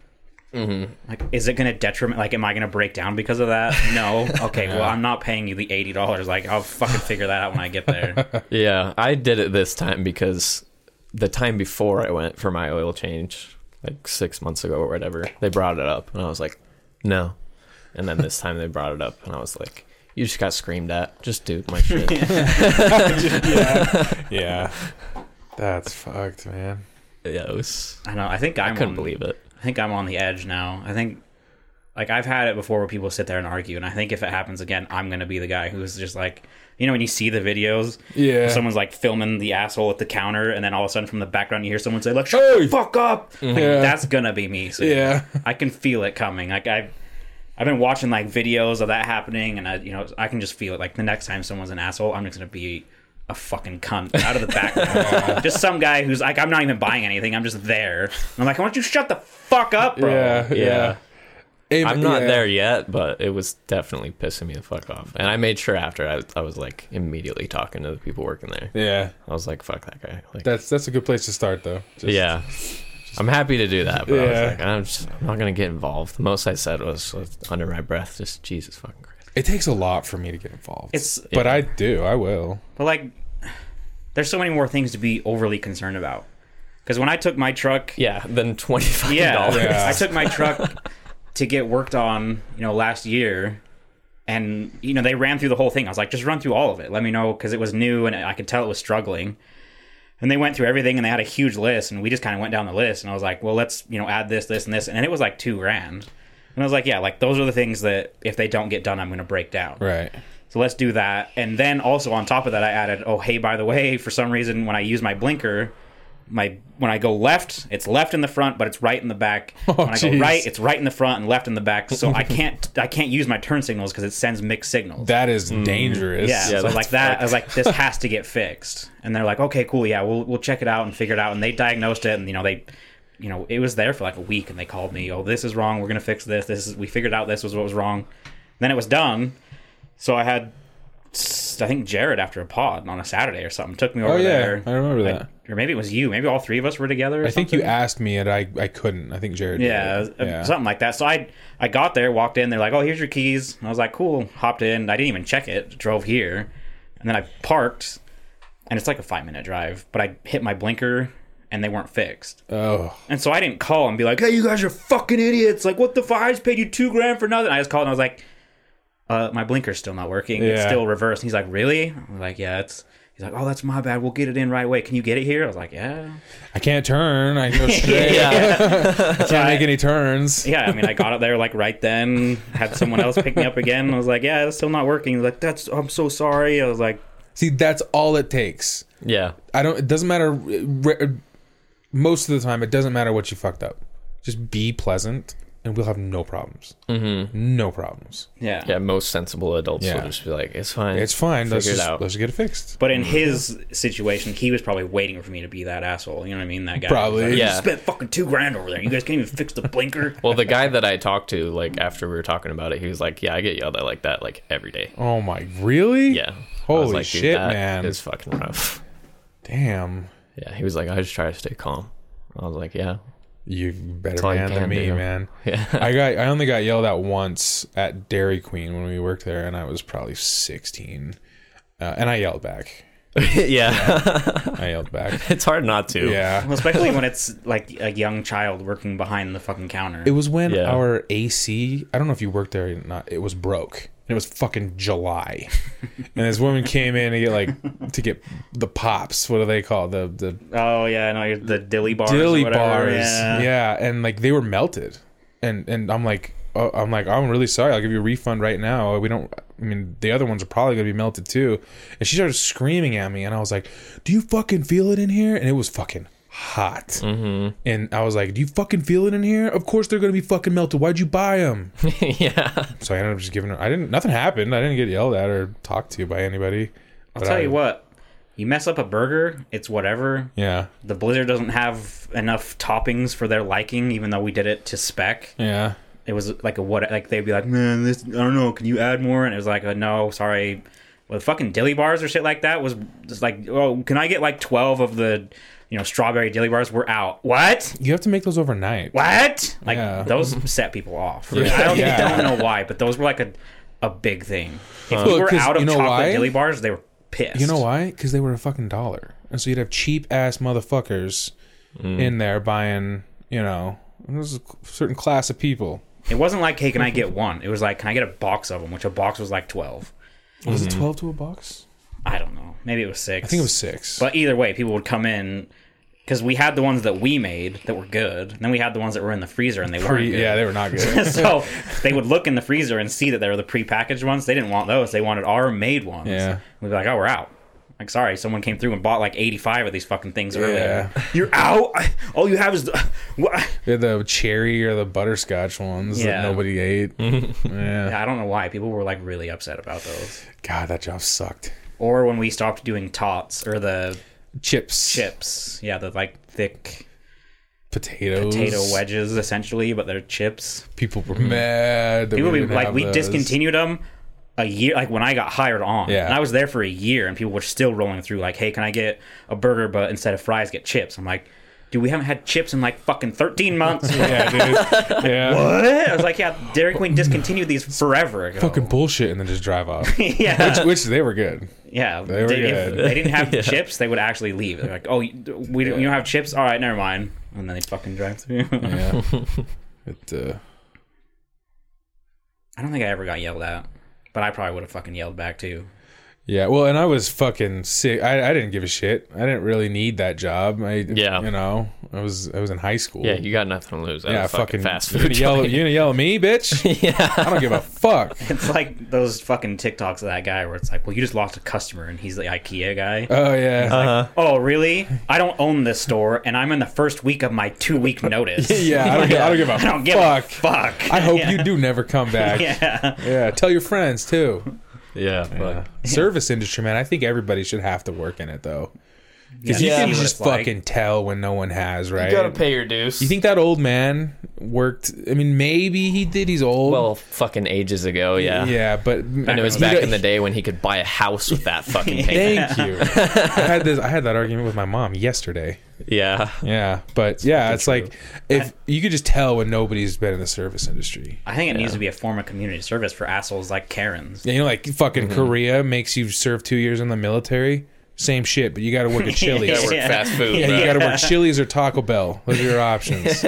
S2: Like, is it gonna detriment? Like, am I gonna break down because of that? No. Okay. Well, I'm not paying you the eighty dollars. Like, I'll fucking figure that out when I get there.
S3: Yeah, I did it this time because the time before I went for my oil change, like six months ago or whatever, they brought it up, and I was like, "No, And then this time they brought it up, and I was like, "You just got screamed at. Just do
S1: <laughs>
S3: my shit."
S1: yeah.
S3: <laughs>
S1: yeah. That's fucked, man.
S3: yeah, it was.
S2: I know. I think I'm
S3: I couldn't
S2: on-
S3: believe it.
S2: I think I'm on the edge now. I think, like, I've had it before where people sit there and argue, and I think if it happens again, I'm gonna be the guy who's just like, you know, when you see the videos,
S1: Yeah.
S2: someone's like filming the asshole at the counter, and then all of a sudden from the background you hear someone say, like, shut the
S1: Hey!
S2: fuck up. Like,
S1: Yeah.
S2: That's gonna be me. So
S1: Yeah.
S2: I can feel it coming. Like I've I've been watching like videos of that happening, and I you know I can just feel it. Like the next time someone's an asshole, I'm just gonna be a fucking cunt out of the background. just some guy who's like I'm not even buying anything. I'm just there. And I'm like, why don't you shut the fuck up, bro?
S1: Yeah. Yeah.
S3: Yeah.
S1: Hey,
S3: I'm not
S1: yeah.
S3: there yet, but it was definitely pissing me the fuck off. And I made sure after I, I was like immediately talking to the people working there.
S1: Yeah.
S3: I was like, "Fuck that guy." Like,
S1: That's that's a good place to start though. Just-
S3: yeah. I'm happy to do that, but I
S1: Yeah.
S3: was like, I'm, just, I'm not gonna get involved. The most I said was, was under my breath, just Jesus fucking Christ.
S1: It takes a lot for me to get involved.
S2: It's
S1: but I do. I will.
S2: But like, there's so many more things to be overly concerned about. Because when I took my truck,
S3: Yeah, then twenty five
S2: yeah,
S3: dollars.
S1: Yeah.
S2: I took my truck to get worked on, you know, last year, and you know they ran through the whole thing. I was like, just run through all of it. Let me know because it was new and I could tell it was struggling. And they went through everything and they had a huge list, and we just kind of went down the list. And I was like, well, let's you know add this, this, and this, and it was like two grand. And I was like, yeah, like those are the things that if they don't get done, I'm going to break down.
S1: Right.
S2: So let's do that. And then also on top of that, I added, oh hey, by the way, for some reason when I use my blinker, my when I go left, it's left in the front, but it's right in the back. when I go
S1: geez.
S2: right, it's right in the front and left in the back. So I can't I can't use my turn signals because it sends mixed signals.
S1: That is dangerous.
S2: yeah, so
S3: that's
S2: like that, I was like, this has to get fixed. And they're like, okay, cool, yeah, we'll we'll check it out and figure it out. And they diagnosed it, and you know they, you know, it was there for like a week, and they called me, oh, this is wrong, we're gonna fix this. This is we figured out this was what was wrong. then it was done. So I had, I think Jared after a pod on a Saturday or something took me over
S1: Oh yeah.
S2: there,
S1: I remember that.
S2: or maybe it was you, maybe all three of us were together. Or
S1: I think you asked me and I, I couldn't. I think Jared. did.
S2: yeah, uh,
S1: yeah.
S2: something like that. So I I got there, walked in, they're like, "Oh, here's your keys." And I was like, "Cool." Hopped in. I didn't even check it. Drove here, and then I parked, and it's like a five minute drive. But I hit my blinker, and they weren't fixed.
S1: Oh,
S2: And so I didn't call and be like, "Hey, you guys are fucking idiots!" Like, what the fuck? I just paid you two grand for nothing. I just called and I was like, "Uh, my blinker's still not working. It's
S1: Yeah.
S2: still reversed." And he's like, "Really?" I'm like, "Yeah, it's." He's like, "Oh, that's my bad. We'll get it in right away. Can you get it here?" I was like, "Yeah."
S1: I can't turn. I
S2: <laughs>
S1: go straight. <laughs> I can't make any turns.
S2: yeah, I mean, I got up there like right then. Had someone else pick me up again. I was like, "Yeah, it's still not working." He's Like, that's I'm so sorry. I was like,
S1: See, that's all it takes.
S3: Yeah.
S1: I don't. It doesn't matter. re- Most of the time, it doesn't matter what you fucked up. Just be pleasant, and we'll have no problems. Mm-hmm. No problems.
S2: "Yeah."
S3: Yeah, most sensible adults
S1: Yeah.
S3: will just be like, it's fine.
S1: It's fine. Let's
S3: Figure it
S1: just,
S3: out.
S1: let's get it fixed.
S2: But in his situation, he was probably waiting for me to be that asshole. You know what I mean? That guy.
S1: Probably.
S2: He's like,
S3: Yeah.
S2: You spent fucking two grand over there. You guys can't even fix the
S1: <laughs>
S2: blinker.
S3: Well, the guy that I talked to, like after we were talking about it, he was like, "Yeah, I get yelled at like that like every day."
S1: Oh my, really?
S3: Yeah. I was
S1: Holy
S3: like, "Dude,
S1: shit,
S3: that
S1: man.
S3: Is fucking rough.
S1: Damn.
S3: Yeah, he was like, "I just try to stay calm." I was like, "Yeah, <laughs>
S1: You better
S3: all you
S1: man than
S3: can
S1: me,
S3: do. <laughs>
S1: man.
S3: Yeah.
S1: I got I only got yelled at once at Dairy Queen when we worked there, and I was probably sixteen, uh, and I yelled back.
S3: yeah."
S1: I yelled
S3: <laughs>
S1: back.
S3: it's hard not to.
S1: Yeah,
S2: Well, especially when it's like a young child working behind the fucking counter.
S1: it was when
S3: Yeah.
S1: our AC. I don't know if you worked there or not. It was broke. And it was fucking July, and this woman came in to get like to get the pops. What do they call the the
S2: oh yeah, no, the dilly bars. or
S1: dilly
S2: whatever,
S1: bars.
S2: Yeah.
S1: Yeah. and like they were melted, and and I'm like, oh, I'm like, I'm really sorry. I'll give you a refund right now. We don't. I mean, the other ones are probably gonna be melted too. And she started screaming at me, and I was like, Do you fucking feel it in here? And it was fucking hot. Mm-hmm. And I was like, Do you fucking feel it in here? Of course they're gonna be fucking melted. Why'd you buy them?
S3: yeah.
S1: so I ended up just giving her. I didn't. Nothing happened. I didn't get yelled at or talked to by anybody.
S2: I'll tell you what. You mess up a burger, it's whatever.
S1: Yeah.
S2: The Blizzard doesn't have enough toppings for their liking, even though we did it to spec.
S1: Yeah.
S2: it was like a what like they'd be like man this i don't know can you add more and it was like uh no sorry well the fucking dilly bars or shit like that was just like oh can i get like 12 of the you know strawberry dilly bars we're out what
S1: You have to make those overnight.
S2: what like
S1: Yeah.
S2: those set people off
S1: Yeah.
S2: i don't,
S1: Yeah.
S2: don't know why but those were like a a big thing if we
S1: Well,
S2: were
S1: 'cause
S2: out of
S1: you know
S2: chocolate
S1: why?
S2: dilly bars they were pissed
S1: You know why? Because they were a fucking dollar, and so you'd have cheap ass
S2: Mm.
S1: motherfuckers in there buying. You know, and there's a certain class of people
S2: It wasn't like, hey, can I get one? It was like, can I get a box of them? Which a box was like twelve.
S1: Was
S2: Mm-hmm.
S1: it twelve to a box?
S2: I don't know. Maybe it was six.
S1: I think it was six.
S2: But either way, people would come in because we had the ones that we made that were good, and then we had the ones that were in the freezer and they
S1: Pretty-
S2: weren't. Good.
S1: yeah, they were not good.
S2: <laughs> so they would look in the freezer and see that they were the prepackaged ones. They didn't want those. They wanted our made ones.
S1: Yeah.
S2: We'd be like, oh, we're out. Like, sorry, someone came through and bought like 85 of these fucking things earlier.
S1: Yeah.
S2: You're out? I- All you have is. The, <laughs> what?
S1: They're the cherry or the butterscotch ones
S2: Yeah.
S1: that nobody
S2: <laughs>
S1: ate. yeah.
S2: I don't know why. People were like really upset about those.
S1: God, that job sucked.
S2: Or when we stopped doing tots or the
S1: Chips,
S2: chips. Yeah, the like thick
S1: potatoes,
S2: potato wedges essentially, but they're chips.
S1: People were mad. That
S2: People
S1: we
S2: be
S1: didn't
S2: like,
S1: have
S2: we
S1: those.
S2: discontinued them a year, like when I got hired on.
S1: Yeah.
S2: And I was there for a year, and people were still rolling through, like, hey, can I get a burger, but instead of fries, get chips? I'm like, dude, we haven't had chips in like fucking 13 months. what?
S1: <laughs> <laughs> Yeah, dude. yeah.
S2: <laughs> I was like, yeah, Dairy Queen discontinued these forever ago.
S1: Fucking bullshit, and then just drive off. <laughs>
S2: <laughs> yeah.
S1: which, which they were good.
S2: yeah.
S1: They were
S2: They- if
S1: good.
S2: they
S1: <laughs>
S2: didn't have chips, they would actually leave. They're like, oh, you- we don't, you don't have chips? All right, never mind. And then they fucking drive through.
S1: Yeah. it, uh,
S2: <laughs> I don't think I ever got yelled at, but I probably would have fucking yelled back too.
S1: yeah. Well, and I was fucking sick. I, I didn't give a shit. I didn't really need that job. I,
S3: Yeah.
S1: You know, I was I was in high school.
S3: Yeah, you got nothing to lose.
S1: yeah.
S3: Yeah, fucking, fast
S1: You gonna <laughs>
S3: food.
S1: yell,
S3: joint.
S1: you gonna yell at me, bitch?
S3: <laughs> yeah.
S1: I don't give a fuck.
S2: It's like those fucking TikToks of that guy where it's like, well, you just lost a customer and he's the IKEA guy.
S1: Oh yeah.
S3: Uh-huh.
S2: oh, really? I don't own this store and I'm in the first week of my two
S1: <laughs>
S2: week notice.
S1: yeah. I don't, gi- I don't give a
S2: <laughs> I don't give
S1: fuck.
S2: a fuck.
S1: I hope
S2: Yeah.
S1: you do never come back.
S2: <laughs> Yeah.
S1: Yeah, tell your friends too.
S3: Yeah, fuck.
S1: Service industry, man. I think everybody should have to work in it though, because
S3: Yeah.
S1: you
S3: See
S1: can
S3: what
S1: just
S2: it's like.
S1: fucking tell when no one has, right?
S3: You gotta pay your dues.
S1: You think that old man worked? I mean, maybe he did. He's old.
S3: well, fucking ages ago, yeah.
S1: yeah, but
S3: And it was
S1: he
S3: back
S1: do-
S3: in the day when he could buy a house with
S1: <laughs>
S3: that fucking payment.
S1: Thank you. I had this. I had that argument with my mom yesterday.
S3: yeah.
S1: Yeah, but yeah, it's like if you could just tell when nobody's been in the service industry.
S2: I think it needs to be a form of community service for assholes like Karen's.
S1: Yeah, you know, like fucking Korea makes you serve two years in the military. Same shit, but you got to work at Chili's.
S3: You gotta work
S2: Yeah.
S3: fast food.
S1: And
S3: bro.
S1: you got <laughs> to work Chili's or Taco Bell. Those are your options.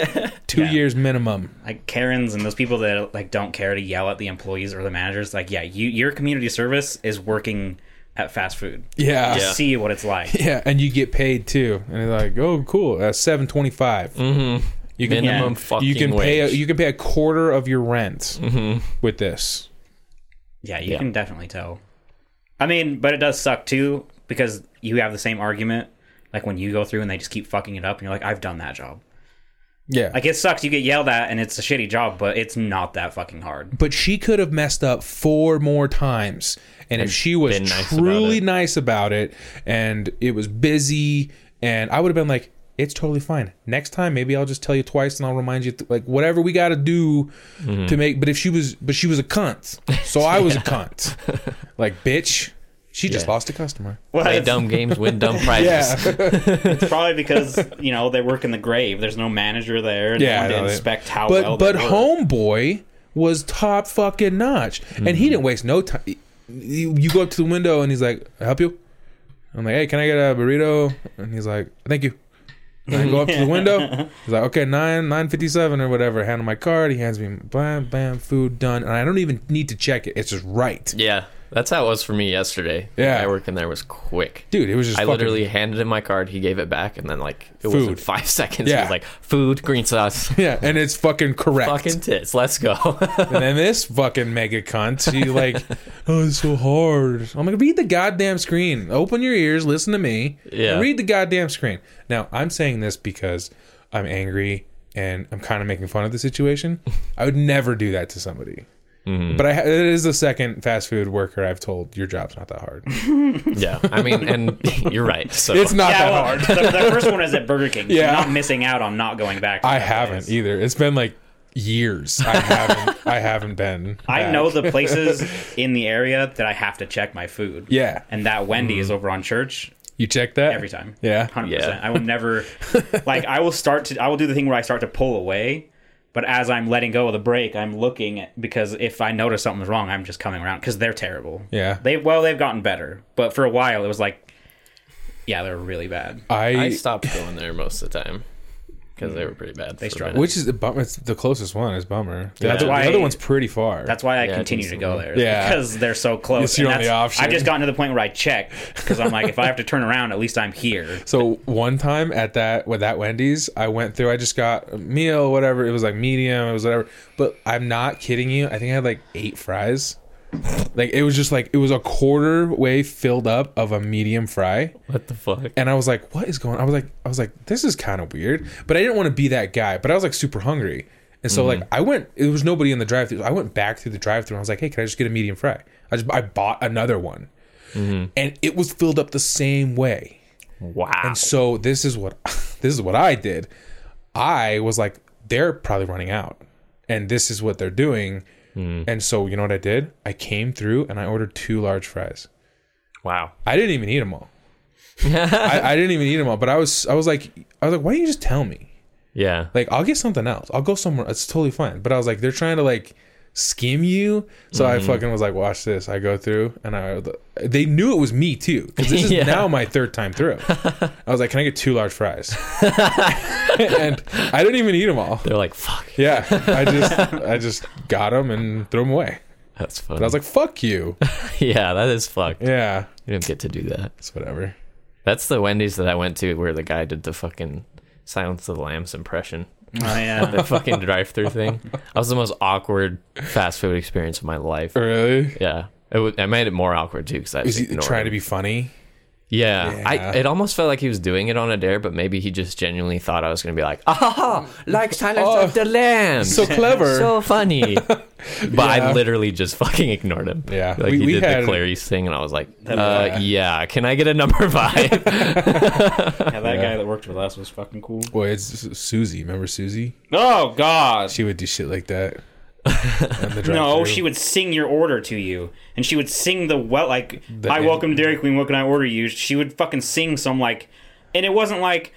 S1: Two years minimum.
S2: Like Karen's and those people that like don't care to yell at the employees or the managers. Like, yeah, you your community service is working at fast food.
S1: Yeah.
S3: Yeah.
S1: yeah.
S2: See what it's like.
S1: and you get paid too. And they're like, "Oh, cool. That's 725." Mm-hmm. You can
S3: Minimum
S2: Yeah.
S3: fucking
S1: you can
S3: wage.
S1: pay a, you can pay a quarter of your rent with this.
S2: Yeah, you
S3: Yeah.
S2: can definitely tell. I mean, but it does suck too because you have the same argument like when you go through and they just keep fucking it up and you're like, I've done that job.
S1: Yeah.
S2: Like it sucks you get yelled at and it's a shitty job, but it's not that fucking hard.
S1: but she could have messed up four more times. And, if she was
S3: been nice about
S1: truly
S3: it.
S1: nice about it and it was busy, and I would have been like, it's totally fine. Next time, maybe I'll just tell you twice and I'll remind you, th- like, whatever we got to do
S3: Mm-hmm.
S1: to make. But if she was, but she was a cunt. So I
S3: <laughs>
S1: was a cunt. Like, bitch, she just
S3: Yeah.
S1: lost a customer.
S2: Well,
S3: Play
S2: it's, <laughs>
S3: dumb games,
S1: <laughs>
S3: win dumb prizes.
S2: it's probably because you know they work in the grave. There's no manager there.
S1: Yeah,
S2: Yeah,
S1: I know
S2: to
S1: that.
S2: inspect how
S1: but
S2: well.
S1: but
S2: they work.
S1: homeboy was top fucking notch, and
S2: Mm-hmm.
S1: he didn't waste no time. You, you go up to the window and he's like, "Help you." I'm like, "Hey, can I get a burrito?" And he's like, "Thank you." And I go up to the
S2: <laughs>
S1: window. He's like, "Okay, nine nine fifty seven or whatever." Hand him my card. He hands me, bam, bam, food done, and I don't even need to check it. It's just right,
S3: Yeah, that's how it was for me yesterday.
S1: Yeah.
S3: I work in there was quick.
S1: dude. It was just
S3: I
S1: fucking-
S3: literally handed him my card. He gave it back, and then like it was in
S1: Food.
S3: five <laughs> seconds. He
S1: Yeah.
S3: was like, "Food, green sauce,
S1: yeah, and it's fucking correct.
S3: fucking tits, let's go."
S1: <laughs> And then this fucking mega cunt, she like, oh, it's so hard. I'm like, read the goddamn screen. Open your ears, listen to me.
S3: Yeah.
S1: and Read the goddamn screen. Now, I'm saying this because I'm angry and I'm kind of making fun of the situation. I would never do that to somebody. But I, ha- it is the second fast food worker I've told your job's not that hard.
S3: yeah, I mean, and <laughs> you're right. So
S1: It's not
S2: Yeah,
S1: that
S2: well,
S1: hard.
S2: the, the first one is
S1: <laughs>
S2: at Burger King.
S1: Yeah.
S2: Yeah, not missing out on not going back. to
S1: I
S2: that
S1: haven't
S2: place.
S1: either. It's been like years. I haven't. I haven't been.
S2: <laughs> I
S1: back.
S2: know
S1: <laughs>
S2: the places in the area that I have to check my food.
S1: Yeah. Mm-hmm.
S2: And that Wendy's over on Church
S1: You check that
S2: every time.
S1: Yeah.
S2: 100%.
S3: Yeah.
S2: I
S1: <laughs>
S2: will never, like, I will start to, I will do the thing where I start to pull away, but as I'm letting go of the break, I'm looking at, because if I notice something's wrong, I'm just coming around because they're terrible.
S1: Yeah.
S2: They, well, they've gotten better, but for a while it was like, yeah, they're really bad.
S3: I stopped going there most of the time. because they were pretty bad.
S2: They
S3: for a
S2: struggled.
S3: minute.
S1: Which is the bum- it's the closest one is Bummer. The,
S3: Yeah.
S1: other,
S2: Why-
S1: the other one's pretty far.
S2: That's why I
S3: Yeah,
S2: continue to go there.
S1: decently. Yeah.
S2: Because they're so close.
S1: It's your
S2: And
S1: only
S2: that's-
S1: option.
S2: I've just gotten to the point where I check because I'm like, if I have to turn around, at least I'm
S1: <laughs>
S2: here.
S1: So one time at that with that Wendy's, I went through. I just got a meal, whatever. It was like medium. It was whatever. But I'm not kidding you. I think I had like eight fries. Like it was just like it was a quarter way filled up of a medium fry,
S3: What the fuck?
S1: and I was like, "What is going?" I was like, "I was like, this is kind of weird," but I didn't want to be that guy. But I was like super hungry, and so like I went. There was nobody in the drive-through. I went back through the drive-through, and I was like, "Hey, can I just get a medium fry?" I just I bought another one, and it was filled up the same way.
S3: Wow.
S1: And so this is what <laughs> this is what I did. I was like, they're probably running out, and this is what they're doing. And so you know what I did? I came through and I ordered two large fries.
S3: Wow.
S1: I didn't even eat them all. I, I didn't even eat them all. But I was I was like I was like, why don't you just tell me?
S3: Yeah.
S1: Like I'll get something else. I'll go somewhere. It's totally fine. But I was like, they're trying to like skim you. So I fucking was like, watch this. I go through and I they knew it was me too because this is
S3: Yeah.
S1: now my third time through. I was like, can I get two large fries? <laughs> and I didn't even eat them all.
S3: They're like, fuck.
S1: Yeah, I just I just got them and threw them away.
S3: That's funny.
S1: But I was like, fuck you.
S3: <laughs> yeah, that is fucked.
S1: Yeah,
S3: You don't get to do that.
S1: it's whatever.
S3: That's the Wendy's that I went to where the guy did the fucking Silence of the Lambs impression. <laughs>
S2: I, uh,
S3: The fucking drive through thing. That was the most awkward fast food experience of my life.
S1: Really?
S3: Yeah. It wa- I made it more awkward too because I
S1: Is
S3: was
S1: he
S3: ignored.
S1: trying to be funny?
S3: Yeah,
S1: Yeah.
S3: I, it almost felt like he was doing it on a dare, but maybe he just genuinely thought I was going to be like, ah, like Silence
S1: Oh,
S3: of the Lambs. <laughs>
S1: So clever.
S3: so
S1: <laughs>
S3: funny. but
S1: Yeah.
S3: I literally just fucking ignored him.
S1: Yeah.
S3: Like
S1: We-
S3: he
S1: we
S3: did
S1: had-
S3: the Clarice thing, and I was like, uh, yeah, can I get a number <laughs> five?
S2: yeah, that guy that worked with us was fucking cool.
S1: Boy, it's Susie. Remember Susie?
S2: Oh, God.
S1: She would do shit like
S3: <laughs>
S1: that. And the
S2: No,
S1: drive-thru. Uh,
S2: she would sing your order to you, and she would sing the well like
S1: The-
S2: "Hi, welcome to Dairy Queen. What can I order you?" She would fucking sing some like, and it wasn't like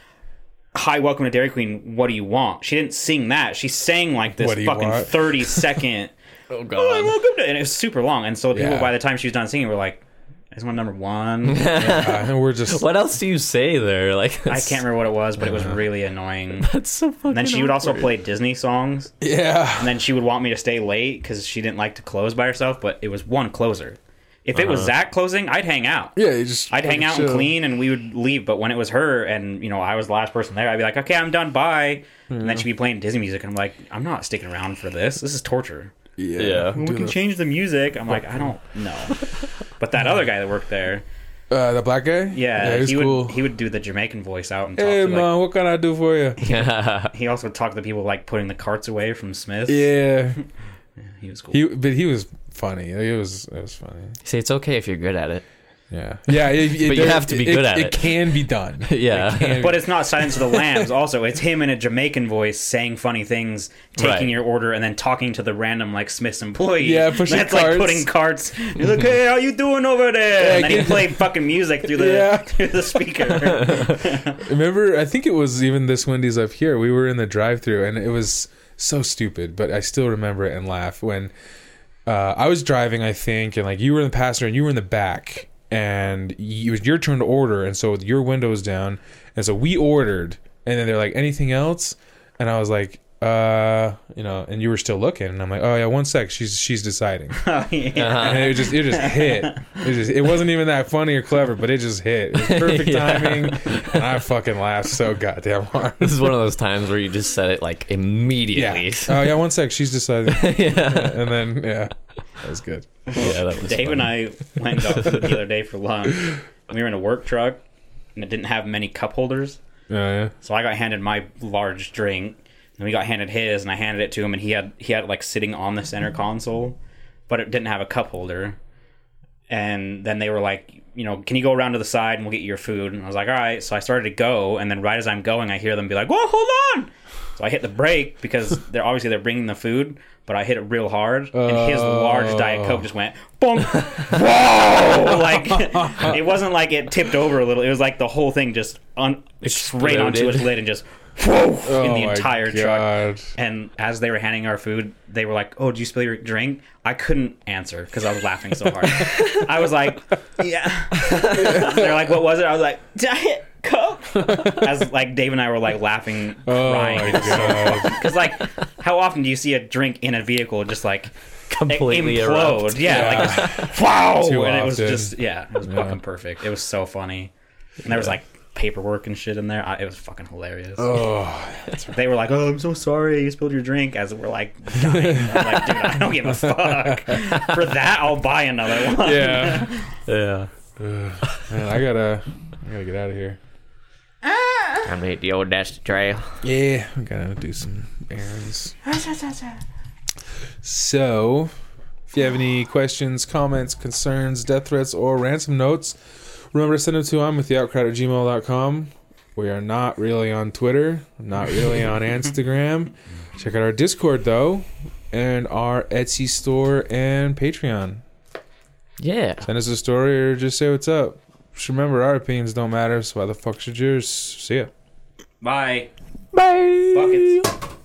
S2: "Hi, welcome to Dairy Queen. What do you want?" She didn't sing that. She sang like this
S1: What do you
S2: fucking
S1: want? <laughs>
S2: thirty second.
S3: <laughs> oh,
S2: "Hi,
S3: God.
S2: welcome to," and it was super long. And so people,
S1: Yeah.
S2: by the time she was done singing, were like, "I just want number one."
S1: Yeah, and we're just
S3: What else do you say there? Like,
S2: I can't remember what it was, but it was really annoying.
S3: <laughs> That's so fucking
S2: And then she would also play Disney songs,
S1: yeah.
S2: and then she would want me to stay late because she didn't like to close by herself. But it was one closer. If it was Zach closing, I'd hang out.
S1: Yeah, you just
S2: I'd hang
S1: fucking
S2: out and
S1: chill.
S2: clean, and we would leave. But when it was her, and you know I was the last person there, I'd be like, "Okay, I'm done, bye." And then she'd be playing Disney music, and I'm like, "I'm not sticking around for this. This is torture."
S1: Yeah,
S3: Yeah.
S1: Do
S2: we can
S1: the-
S2: change the music. I'm like, I don't know. But that other guy that worked there,
S1: uh, the black guy.
S2: yeah,
S1: he's
S2: he would
S1: cool.
S2: he would do the Jamaican voice out and talk
S1: hey
S2: to like,
S1: man, what can I do for you?
S3: <laughs> remember.
S2: he also talked to the people like putting the carts away from Smith.
S1: Yeah,
S2: he was cool.
S1: he but he was funny. It was it was funny.
S3: See, it's okay if you're good at it.
S1: Yeah, yeah. It, it-
S3: But you
S1: there-
S3: have to be good at it.
S1: It can be done.
S3: <laughs> <laughs> Yeah.
S1: can
S2: but
S1: be-
S2: it's not Silence of the Lambs. Also, it's him in a Jamaican voice saying funny things, taking
S3: Right.
S2: your order, and then talking to the random like Smith's employee.
S1: Yeah, pushing
S2: That's
S1: carts.
S2: like putting carts. He's like, "Hey, how you doing over there?"
S1: Yeah,
S2: and then he
S1: get-
S2: played fucking music through the
S1: Yeah.
S2: <laughs> through the speaker. <laughs>
S1: remember, I think it was even this Wendy's up here. We were in the drive-through, and it was so stupid, but I still remember it and laugh when uh, I was driving, I think, and like you were in the passenger and you were in the back, and you, it was your turn to order, and so your window was down, and so we ordered, and then they're like, anything else, and I was like, uh, you know, and you were still looking, and I'm like, oh yeah, one sec, she's she's deciding,
S2: Oh, yeah.
S1: and it just it just
S2: <laughs>
S1: hit, it just it wasn't even that funny or clever, but it just hit, it was
S2: <laughs>
S1: perfect
S3: Yeah.
S1: timing, and I fucking laughed so goddamn
S2: <laughs>
S1: hard.
S3: This is one of those times where you just said it like immediately.
S1: Yeah.
S3: <laughs>
S1: Oh yeah, one sec. She's deciding.
S2: <laughs>
S1: And then yeah, that was good.
S3: Yeah, that was
S2: Dave and
S3: funny.
S2: I went out the other day for lunch. We were in a work truck, and it didn't have many cup holders.
S1: Oh, Yeah,
S2: So I got handed my large drink, and we got handed his, and I handed it to him, and he had he had it like sitting on the center console, but it didn't have a cup holder. And then they were like, you know, can you go around to the side and we'll get you your food? And I was like, all right. So I started to go, and then right as I'm going, I hear them be like, whoa, hold on. So I hit the brake because they're obviously they're bringing the food, but I hit it real hard, and his large diet coke just went boom, whoa! <laughs>
S1: <laughs>
S2: Oh, Like it wasn't like it tipped over a little; it was like the whole thing just un- straight onto its
S3: Exploded.
S2: lid and just whoa in the
S1: Oh, my
S2: entire truck.
S1: God.
S2: And as they were handing our food, they were like, "Oh, did you spill your drink?" I couldn't answer because I was laughing so hard.
S3: <laughs> <laughs>
S2: I was like, "Yeah." They're like, "What was it?" I was like, "Diet Coke." As like Dave and I were like laughing,
S1: Oh
S2: crying,
S1: my god.
S2: <laughs> because like, how often do you see a drink in a vehicle just like it
S3: completely
S2: implode?
S3: erupt.
S2: Yeah,
S1: Yeah.
S2: like just, wow,
S1: Too
S2: and it was
S1: often.
S2: just yeah, it was fucking perfect. It was so funny, and there was like paperwork and shit in there. I, it was fucking hilarious.
S1: <laughs> oh,
S2: They were like, "Oh, I'm so sorry, you spilled your drink." As we're like, dying. I'm like, dude, I don't give a fuck. For that, I'll buy another one.
S1: yeah.
S3: Yeah.
S1: Man, I gotta, I gotta get out of here.
S3: I made the old dash trail.
S1: Yeah, I gotta do some errands. so, if you have any questions, comments, concerns, death threats, or ransom notes, remember to send them to I'm with the outcrowd at gmail.com. We are not really on Twitter, not really on Instagram. Check out our Discord though, and our Etsy store and Patreon.
S3: Yeah.
S1: Send us a story or just say what's up. Just remember, our opinions don't matter, so why the fuck should yours? See ya.
S2: Bye.
S3: Bye.
S2: Buckets.